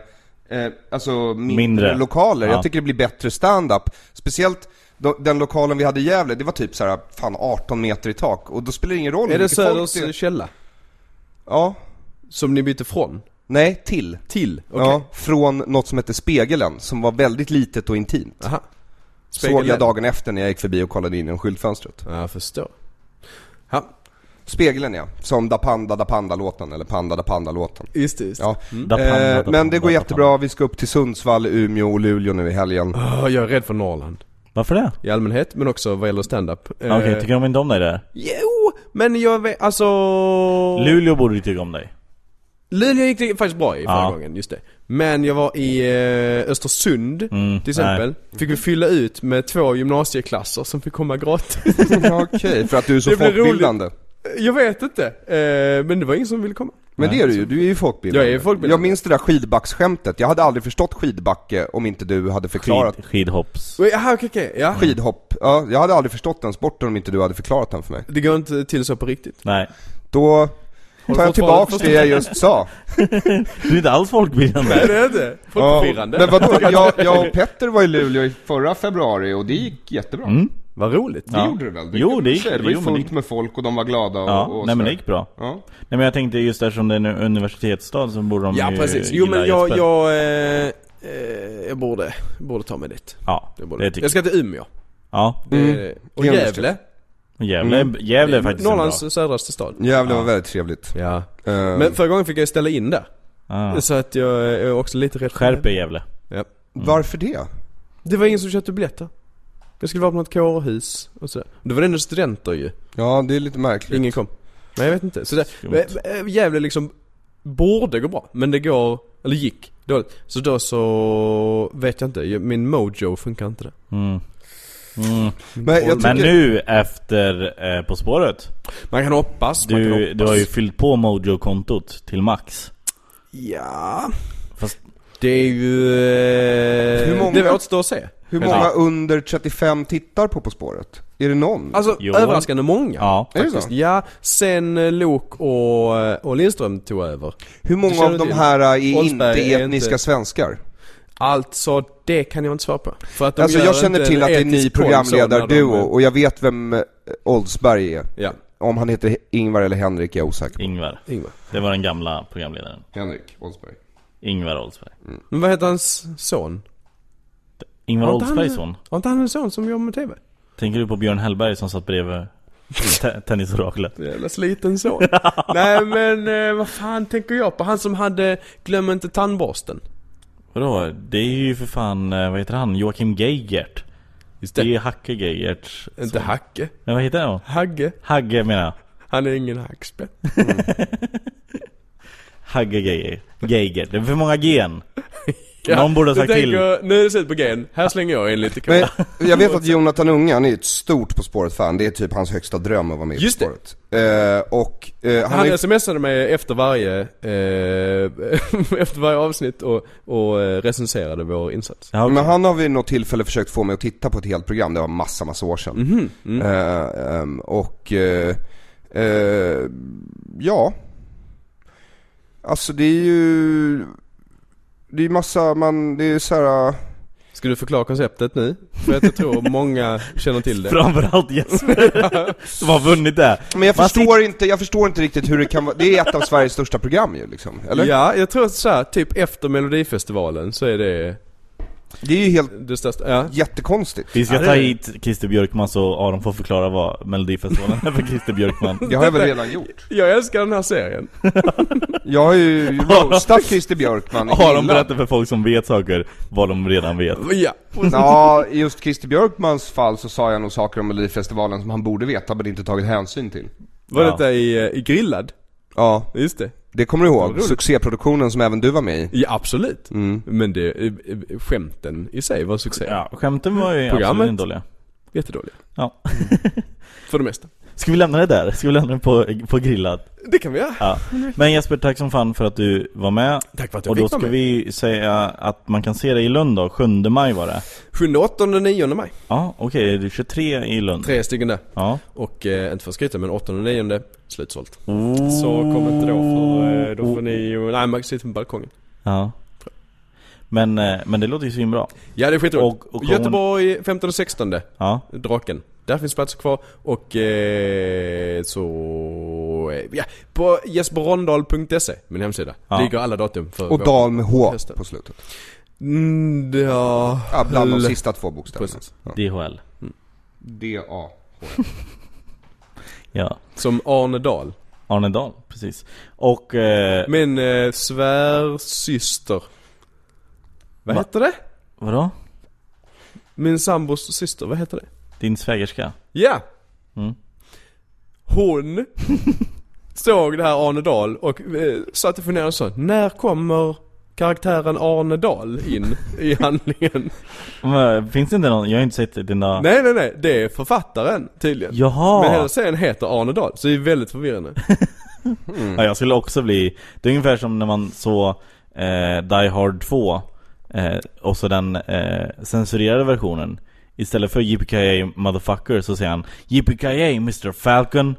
[SPEAKER 3] eh, alltså mindre,
[SPEAKER 1] Mindre.
[SPEAKER 3] lokaler.
[SPEAKER 1] Ja.
[SPEAKER 3] Jag tycker det blir bättre stand-up. Speciellt då, den lokalen vi hade i Gävle, det var typ så här, fan 18 meter i tak. Och då spelar det ingen roll hur
[SPEAKER 2] Är det
[SPEAKER 3] mycket folk
[SPEAKER 2] Söders
[SPEAKER 3] det-
[SPEAKER 2] källa?
[SPEAKER 3] Ja.
[SPEAKER 2] Som ni bytte från?
[SPEAKER 3] Nej, till.
[SPEAKER 2] Till? Okej.
[SPEAKER 3] Ja, från något som hette Spegeln, som var väldigt litet och intimt.
[SPEAKER 2] Aha.
[SPEAKER 3] Såg jag
[SPEAKER 2] Spegelen.
[SPEAKER 3] dagen efter när jag gick förbi och kollade in genom skyltfönstret.
[SPEAKER 2] Ja, jag förstår. Ja,
[SPEAKER 3] Spegeln ja, som Da Panda Da Panda-låten, eller Panda Da Panda-låten.
[SPEAKER 2] just det, just det.
[SPEAKER 3] Ja.
[SPEAKER 1] Da Panda, Da
[SPEAKER 3] eh, men
[SPEAKER 1] Panda,
[SPEAKER 3] det går
[SPEAKER 1] Da
[SPEAKER 3] jättebra, vi ska upp till Sundsvall, Umeå och Luleå nu i helgen.
[SPEAKER 2] Åh, Ah, jag är rädd för Norrland.
[SPEAKER 1] Varför det?
[SPEAKER 2] I allmänhet, men också vad gäller stand-up. Eh,
[SPEAKER 1] Ja, Okej, tycker de inte om dig där?
[SPEAKER 2] Jo, men jag vet, alltså...
[SPEAKER 1] Luleå borde ju tycka om dig.
[SPEAKER 2] Luleå gick det faktiskt bra i förra
[SPEAKER 1] Ja.
[SPEAKER 2] gången, just det. Men jag var i eh, Östersund
[SPEAKER 1] Mm,
[SPEAKER 2] till exempel. Fick vi fylla ut med två gymnasieklasser som fick komma gratis.
[SPEAKER 3] Ja, Okej, för att du är så
[SPEAKER 2] Det blir
[SPEAKER 3] folkbildande.
[SPEAKER 2] jag vet inte. Eh, men det var ingen som ville komma.
[SPEAKER 3] Men det är du ju, du är ju folkbildande.
[SPEAKER 2] Jag är folkbildande.
[SPEAKER 3] Jag minns det där skidbackskämtet, jag hade aldrig förstått skidbacke om inte du hade förklarat.
[SPEAKER 1] Skid, skidhopps.
[SPEAKER 2] Oj, Aha, okej, okej.
[SPEAKER 1] Mm.
[SPEAKER 2] Ja.
[SPEAKER 3] Skidhopp, ja, jag hade aldrig förstått den sporten om inte du hade förklarat den för mig.
[SPEAKER 2] Det går inte till så på riktigt.
[SPEAKER 1] Nej.
[SPEAKER 3] Då tar jag
[SPEAKER 2] fortfarande
[SPEAKER 3] tillbaks
[SPEAKER 2] förstått
[SPEAKER 3] det jag just sa.
[SPEAKER 1] Du är inte alls folkbildande.
[SPEAKER 2] Nej det är inte.
[SPEAKER 3] Ja,
[SPEAKER 2] Folkfirande.
[SPEAKER 3] men vadå, jag, jag och Petter var i Luleå i förra februari och det gick jättebra.
[SPEAKER 2] Vad roligt.
[SPEAKER 3] Det
[SPEAKER 1] Ja.
[SPEAKER 3] gjorde det väl?
[SPEAKER 1] Mm. Jo, det gick-
[SPEAKER 3] Det var ju
[SPEAKER 1] jo, men det-
[SPEAKER 3] fullt med folk och de var glada och,
[SPEAKER 1] Ja,
[SPEAKER 3] och
[SPEAKER 1] nej men
[SPEAKER 3] sådär.
[SPEAKER 1] det gick bra.
[SPEAKER 3] Ja.
[SPEAKER 1] Nej men jag tänkte just eftersom det är en universitetsstad så borde de
[SPEAKER 2] Ja
[SPEAKER 1] ju
[SPEAKER 2] precis. Jo
[SPEAKER 1] gilla
[SPEAKER 2] men jag,
[SPEAKER 1] Jesper.
[SPEAKER 2] jag, eh, eh, jag borde, borde ta mig dit.
[SPEAKER 1] Ja,
[SPEAKER 2] Jag,
[SPEAKER 1] det
[SPEAKER 2] borde.
[SPEAKER 1] tycker
[SPEAKER 2] jag
[SPEAKER 1] jag.
[SPEAKER 2] ska till Umeå.
[SPEAKER 1] Ja,
[SPEAKER 2] Det- Och
[SPEAKER 3] Det är
[SPEAKER 2] Gävle.
[SPEAKER 1] Gävle, Gävle är faktiskt en bra.
[SPEAKER 2] Norrlands södraste stad.
[SPEAKER 3] Gävle var väldigt trevligt.
[SPEAKER 2] Ja.
[SPEAKER 3] Eh,
[SPEAKER 2] Men förra gången fick jag ställa in där.
[SPEAKER 1] Ah.
[SPEAKER 2] Så att jag är också lite rädd. för
[SPEAKER 1] Skärp
[SPEAKER 2] det.
[SPEAKER 1] er Gävle.
[SPEAKER 2] Ja.
[SPEAKER 3] Mm. varför det?
[SPEAKER 2] Det var ingen som köpte biljetter. Jag skulle vara på något kårhus och sådär. Det var ändå studenter ju.
[SPEAKER 3] Ja, det är lite märkligt.
[SPEAKER 2] Ingen kom. Nej jag vet inte. Så det,
[SPEAKER 1] Skumt.
[SPEAKER 2] men- men Gävle liksom borde gå bra. Men det går, eller gick dåligt. Så då så vet jag inte. Jag- Min mojo funkar inte där.
[SPEAKER 1] Mm. Mm.
[SPEAKER 3] Men jag tycker...
[SPEAKER 1] Men nu efter eh, På spåret.
[SPEAKER 2] Man kan hoppas, man kan
[SPEAKER 1] Du,
[SPEAKER 2] hoppas.
[SPEAKER 1] du har ju fyllt på Mojo-kontot till max.
[SPEAKER 2] Ja.
[SPEAKER 1] Fast-
[SPEAKER 2] det är ju... Eh,
[SPEAKER 3] Hur många-
[SPEAKER 2] Det återstår att se.
[SPEAKER 3] Hur många under 35 tittar på På spåret? Är det någon?
[SPEAKER 2] Alltså
[SPEAKER 1] Jo.
[SPEAKER 2] överraskande många.
[SPEAKER 1] Ja.
[SPEAKER 3] är det
[SPEAKER 2] Faktiskt.
[SPEAKER 3] så?
[SPEAKER 2] Ja, Mm. sen eh, Lok och, eh, och Lindström tog över.
[SPEAKER 3] Hur
[SPEAKER 2] Det
[SPEAKER 3] många
[SPEAKER 2] känner
[SPEAKER 3] av
[SPEAKER 2] du
[SPEAKER 3] de
[SPEAKER 2] till.
[SPEAKER 3] här äh, är inte
[SPEAKER 2] Oldsberg är
[SPEAKER 3] etniska
[SPEAKER 2] inte-
[SPEAKER 3] svenskar?
[SPEAKER 2] Alltså det kan jag inte svara på. För att de
[SPEAKER 3] Alltså
[SPEAKER 2] gör
[SPEAKER 3] jag känner
[SPEAKER 2] inte
[SPEAKER 3] till
[SPEAKER 2] en
[SPEAKER 3] att det är
[SPEAKER 2] etisk
[SPEAKER 3] ny
[SPEAKER 2] koll så
[SPEAKER 3] programledarduo
[SPEAKER 2] när de-
[SPEAKER 3] och jag vet vem eh, Oldsberg är.
[SPEAKER 2] Ja,
[SPEAKER 3] Om han heter Ingvar eller Henrik är jag osäker på.
[SPEAKER 1] Ingvar.
[SPEAKER 2] Ingvar.
[SPEAKER 1] Det var den gamla programledaren.
[SPEAKER 3] Henrik Oldsberg.
[SPEAKER 1] Ingvar Oldsberg.
[SPEAKER 2] Men vad heter hans son?
[SPEAKER 1] Ingvar
[SPEAKER 2] Har inte han-
[SPEAKER 1] Oldsbergs son?
[SPEAKER 2] Har inte han en son som jobbar med TV?
[SPEAKER 1] Tänker du på Björn Hellberg som satt bredvid te- tennisoraklet?
[SPEAKER 2] Jävla sliten son. Nej men eh, vad fan tänker jag på? Han som hade Glöm inte tandborsten.
[SPEAKER 1] Vadå? Det är ju för fan, eh, vad heter han? Joakim Geigert.
[SPEAKER 2] Just
[SPEAKER 1] Det är ju Hacke Geigerts
[SPEAKER 2] Inte Hacke.
[SPEAKER 1] Men vad heter han då?
[SPEAKER 2] Hagge.
[SPEAKER 1] Hagge menar jag.
[SPEAKER 2] Han är ingen hackspett.
[SPEAKER 1] Hagge Geiger. Geigert. Det är för många gen. Någon borde ha
[SPEAKER 2] jag
[SPEAKER 1] sagt till.
[SPEAKER 2] tänker, Nu är det slut på gen. Här slänger jag in lite
[SPEAKER 3] Men
[SPEAKER 2] kul.
[SPEAKER 3] jag vet att Jonathan Unge, han är ett stort På spåret-fan. Det är typ hans högsta dröm att vara med i
[SPEAKER 2] Just
[SPEAKER 3] På
[SPEAKER 2] det.
[SPEAKER 3] spåret. Eh, och eh, han,
[SPEAKER 2] Han
[SPEAKER 3] har ju-
[SPEAKER 2] smsade mig efter varje, eh, efter varje avsnitt och, och eh, recenserade vår insats.
[SPEAKER 1] Ja, okej.
[SPEAKER 3] Men han har vid något tillfälle försökt få mig att titta på ett helt program, det var massa, massa år sedan. Eh, ehm, och, eh, eh, ja. Alltså det är ju, det är ju massa, man, det är så här. eh,
[SPEAKER 2] Ska du förklara konceptet nu? För att jag tror många känner till det.
[SPEAKER 1] Framförallt Jesper. som har vunnit det. här.
[SPEAKER 3] men jag
[SPEAKER 1] Man
[SPEAKER 3] förstår, inte, jag förstår inte riktigt hur det kan vara, det är ett av Sveriges största program ju liksom, eller?
[SPEAKER 2] Ja, jag tror att så här, typ efter melodifestivalen så är det
[SPEAKER 3] Det är ju helt
[SPEAKER 2] det största. Ja.
[SPEAKER 3] jättekonstigt.
[SPEAKER 1] Vi ska
[SPEAKER 2] Ja, det-
[SPEAKER 1] ta hit Christer Björkman så Aron får förklara vad Melodifestivalen är för Christer Björkman.
[SPEAKER 3] Det har jag väl redan gjort?
[SPEAKER 2] Jag älskar den här serien.
[SPEAKER 3] Jag har ju roastat Christer Björkman i
[SPEAKER 1] Aron
[SPEAKER 3] hyllan.
[SPEAKER 1] berättar för folk som vet saker vad de redan vet.
[SPEAKER 2] Ja.
[SPEAKER 3] Ja, i just Christer Björkmans fall så sa jag nog saker om Melodifestivalen som han borde veta men inte tagit hänsyn till.
[SPEAKER 2] Var
[SPEAKER 1] Ja.
[SPEAKER 2] detta i, eh, i Grillad?
[SPEAKER 3] Ja,
[SPEAKER 2] Just det.
[SPEAKER 3] det kommer du ihåg. Succéproduktionen som även du var med i.
[SPEAKER 2] Ja, absolut. Men det, eh, eh, skämten i sig var succé.
[SPEAKER 1] Mm. Ja, skämten var ju
[SPEAKER 2] Programmet.
[SPEAKER 1] absolut inte dåliga.
[SPEAKER 2] Jättedåliga.
[SPEAKER 1] Ja.
[SPEAKER 2] För det mesta.
[SPEAKER 1] Ska vi lämna det där? Ska vi lämna det på, på grillat?
[SPEAKER 2] Det kan vi göra.
[SPEAKER 1] Ja. Men Jesper, tack som fan för att du var med.
[SPEAKER 2] Tack för att jag
[SPEAKER 1] Och
[SPEAKER 2] fick
[SPEAKER 1] då
[SPEAKER 2] vara
[SPEAKER 1] ska
[SPEAKER 2] med.
[SPEAKER 1] vi säga att man kan se dig i Lund då, 7 maj var det.
[SPEAKER 2] 7, 8, 9 maj.
[SPEAKER 1] Ja, okej, är du 23 i Lund?
[SPEAKER 2] Tre stycken där.
[SPEAKER 1] Ja.
[SPEAKER 2] Och eh, inte för att skryta men 8 och 9 slutsålt.
[SPEAKER 3] Mm.
[SPEAKER 2] Så kom inte då för eh, då får ni ju, nej man sitter på balkongen.
[SPEAKER 1] ja. Men, eh, men det låter ju svinbra.
[SPEAKER 2] Ja det är skitroligt.
[SPEAKER 1] Och- och kommer-
[SPEAKER 2] Göteborg 15 och 16
[SPEAKER 1] Ja.
[SPEAKER 2] Draken. Där finns platser kvar och eh, så, eh, ja, på jesperrondahl.se, min hemsida,
[SPEAKER 1] Ja.
[SPEAKER 2] ligger alla datum för
[SPEAKER 3] Och
[SPEAKER 2] vår-
[SPEAKER 3] Dal med H
[SPEAKER 2] Just det.
[SPEAKER 3] på slutet.
[SPEAKER 2] Mm, ja.
[SPEAKER 3] Ja, bland de
[SPEAKER 2] L-
[SPEAKER 3] sista två bokstäverna.
[SPEAKER 2] Precis.
[SPEAKER 3] Ja.
[SPEAKER 1] DHL.
[SPEAKER 3] D-A.
[SPEAKER 1] Ja.
[SPEAKER 2] Som Arne Dahl.
[SPEAKER 1] Arne Dahl, precis. Och... Eh,
[SPEAKER 2] Min eh, svärsyster. Vad
[SPEAKER 1] Va?
[SPEAKER 2] heter det?
[SPEAKER 1] vadå?
[SPEAKER 2] Min sambos syster, vad heter det?
[SPEAKER 1] Din svägerska?
[SPEAKER 2] Ja!
[SPEAKER 1] Mm.
[SPEAKER 2] Hon såg det här Arne Dahl och eh, satt och funderade så, när kommer karaktären Arne Dahl in i handlingen.
[SPEAKER 1] Men, finns det inte någon? Jag har inte sett dina...
[SPEAKER 2] Nej, nej, nej. Det är författaren tydligen.
[SPEAKER 1] Jaha!
[SPEAKER 2] Men hela serien heter Arne Dahl, så det är väldigt förvirrande.
[SPEAKER 1] Ja, jag skulle också bli... Det är ungefär som när man såg eh, Die Hard 2 eh, och så den eh, censurerade versionen. Istället för JPKA motherfucker så säger han JPKA Mr Falcon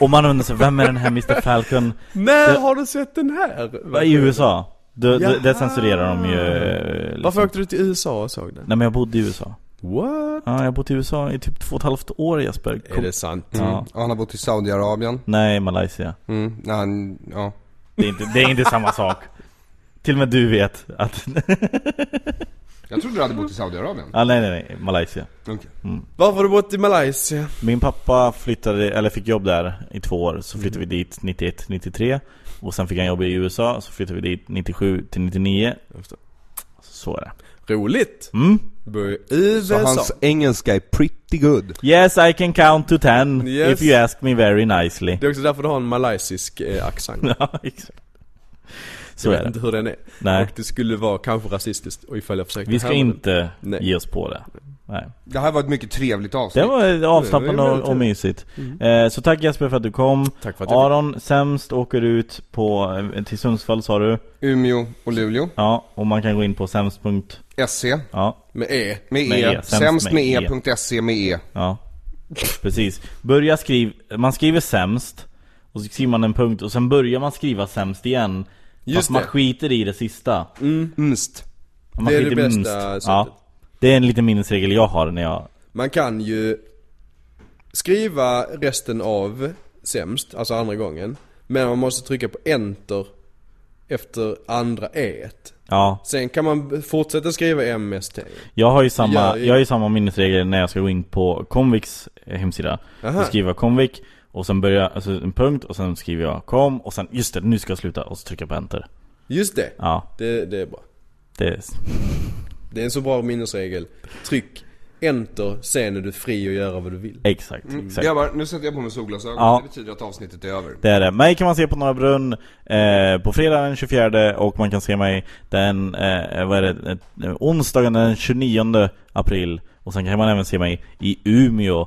[SPEAKER 1] Och man undrar sig, vem är den här Mr Falcon?
[SPEAKER 2] När
[SPEAKER 1] Det-
[SPEAKER 2] har du sett den här?
[SPEAKER 1] I USA Det, det,
[SPEAKER 2] Jaha.
[SPEAKER 1] det censurerar de ju eh, liksom.
[SPEAKER 2] Varför åkte du till USA och såg den?
[SPEAKER 1] Nej men jag bodde i USA
[SPEAKER 2] What?
[SPEAKER 1] Ja, jag har bott i USA i typ två och ett halvt år Jesper
[SPEAKER 2] Är
[SPEAKER 1] Kom-
[SPEAKER 2] det sant?
[SPEAKER 1] ja.
[SPEAKER 3] Mm. Ja, han har bott i Saudiarabien.
[SPEAKER 1] Nej, Malaysia
[SPEAKER 3] Mm. Nej, han, ja.
[SPEAKER 1] det är, inte, det är inte samma sak Till och med du vet att...
[SPEAKER 3] Jag trodde du hade bott i Saudiarabien.
[SPEAKER 1] ah, nej nej nej, Malaysia
[SPEAKER 3] Okej.
[SPEAKER 2] Varför har du bott i Malaysia?
[SPEAKER 1] Min pappa flyttade, eller fick jobb där i två år, så flyttade
[SPEAKER 2] Mm.
[SPEAKER 1] vi dit 91, 93 Och sen fick han jobb i USA, så flyttade vi dit 97 till 99
[SPEAKER 2] förstår.
[SPEAKER 1] Så är det
[SPEAKER 2] Roligt!
[SPEAKER 1] mm.
[SPEAKER 2] Bor i
[SPEAKER 3] Så
[SPEAKER 2] USA.
[SPEAKER 3] hans engelska är pretty good.
[SPEAKER 1] Yes I can count to ten
[SPEAKER 2] Yes.
[SPEAKER 1] if you ask me very nicely
[SPEAKER 2] Det är också därför du har en malaysisk eh, accent.
[SPEAKER 1] Ja, exakt Så
[SPEAKER 2] jag vet
[SPEAKER 1] är det
[SPEAKER 2] inte hur den är.
[SPEAKER 1] Nej.
[SPEAKER 2] Och det skulle vara kanske rasistiskt och ifall jag försökte
[SPEAKER 1] Vi ska
[SPEAKER 2] härma det.
[SPEAKER 1] inte
[SPEAKER 2] Nej.
[SPEAKER 1] ge oss på det Nej.
[SPEAKER 3] Det här var ett mycket trevligt avsnitt.
[SPEAKER 1] Det var avslappnande
[SPEAKER 2] Det var ju Mm.
[SPEAKER 1] och, och mysigt eh, Så tack Jesper för att du kom
[SPEAKER 2] Tack för att jag
[SPEAKER 1] Aron, sämst, åker ut på, eh, till Sundsvall sa du
[SPEAKER 3] Umeå och Luleå.
[SPEAKER 1] Ja, och man kan gå in på sämst. punkt-
[SPEAKER 3] SC.
[SPEAKER 1] Ja,
[SPEAKER 2] Med E.
[SPEAKER 3] Med E.
[SPEAKER 1] Med E.
[SPEAKER 3] Sämst, med E.se med E.
[SPEAKER 1] Ja, precis. Börja skriv... Man skriver sämst, och så skriver man en punkt, och sen börjar man skriva sämst igen.
[SPEAKER 2] Just
[SPEAKER 1] fast man
[SPEAKER 2] det. Mm.
[SPEAKER 1] skiter i det sista.
[SPEAKER 3] Mst.
[SPEAKER 1] Man
[SPEAKER 2] Det är det
[SPEAKER 1] skiter
[SPEAKER 2] bästa
[SPEAKER 1] minst.
[SPEAKER 2] sättet.
[SPEAKER 1] Ja. Det är en liten minnesregel jag har när jag...
[SPEAKER 2] Man kan ju skriva resten av sämst, alltså andra gången. Men man måste trycka på enter efter andra E.
[SPEAKER 1] Ja,
[SPEAKER 2] Sen kan man fortsätta skriva MST.
[SPEAKER 1] jag har ju samma,
[SPEAKER 2] Ja, i-
[SPEAKER 1] jag har ju samma minnesregel när jag ska gå in på Comviks eh, hemsida.
[SPEAKER 2] Aha.
[SPEAKER 1] Så skriver jag Comvik, och sen börjar alltså en punkt, och sen skriver jag kom, och sen just det, nu ska jag sluta, och så trycker jag på enter.
[SPEAKER 2] Just det.
[SPEAKER 1] Ja,
[SPEAKER 2] det. Det är bra.
[SPEAKER 1] det är...
[SPEAKER 2] Det är en så bra minnesregel. Tryck enter, sen är du fri att göra vad du vill.
[SPEAKER 1] Exakt,
[SPEAKER 2] Mm.
[SPEAKER 1] exakt.
[SPEAKER 3] Grabbar, nu sätter jag på mig solglasögon.
[SPEAKER 1] Ja.
[SPEAKER 3] Det betyder att avsnittet är över.
[SPEAKER 1] Det är det. Mig kan man se på Norra Brunn eh, på fredag den 24 och man kan se mig den, eh, vad är det, eh, onsdagen den 29 april. Och sen kan man även se mig i Umeå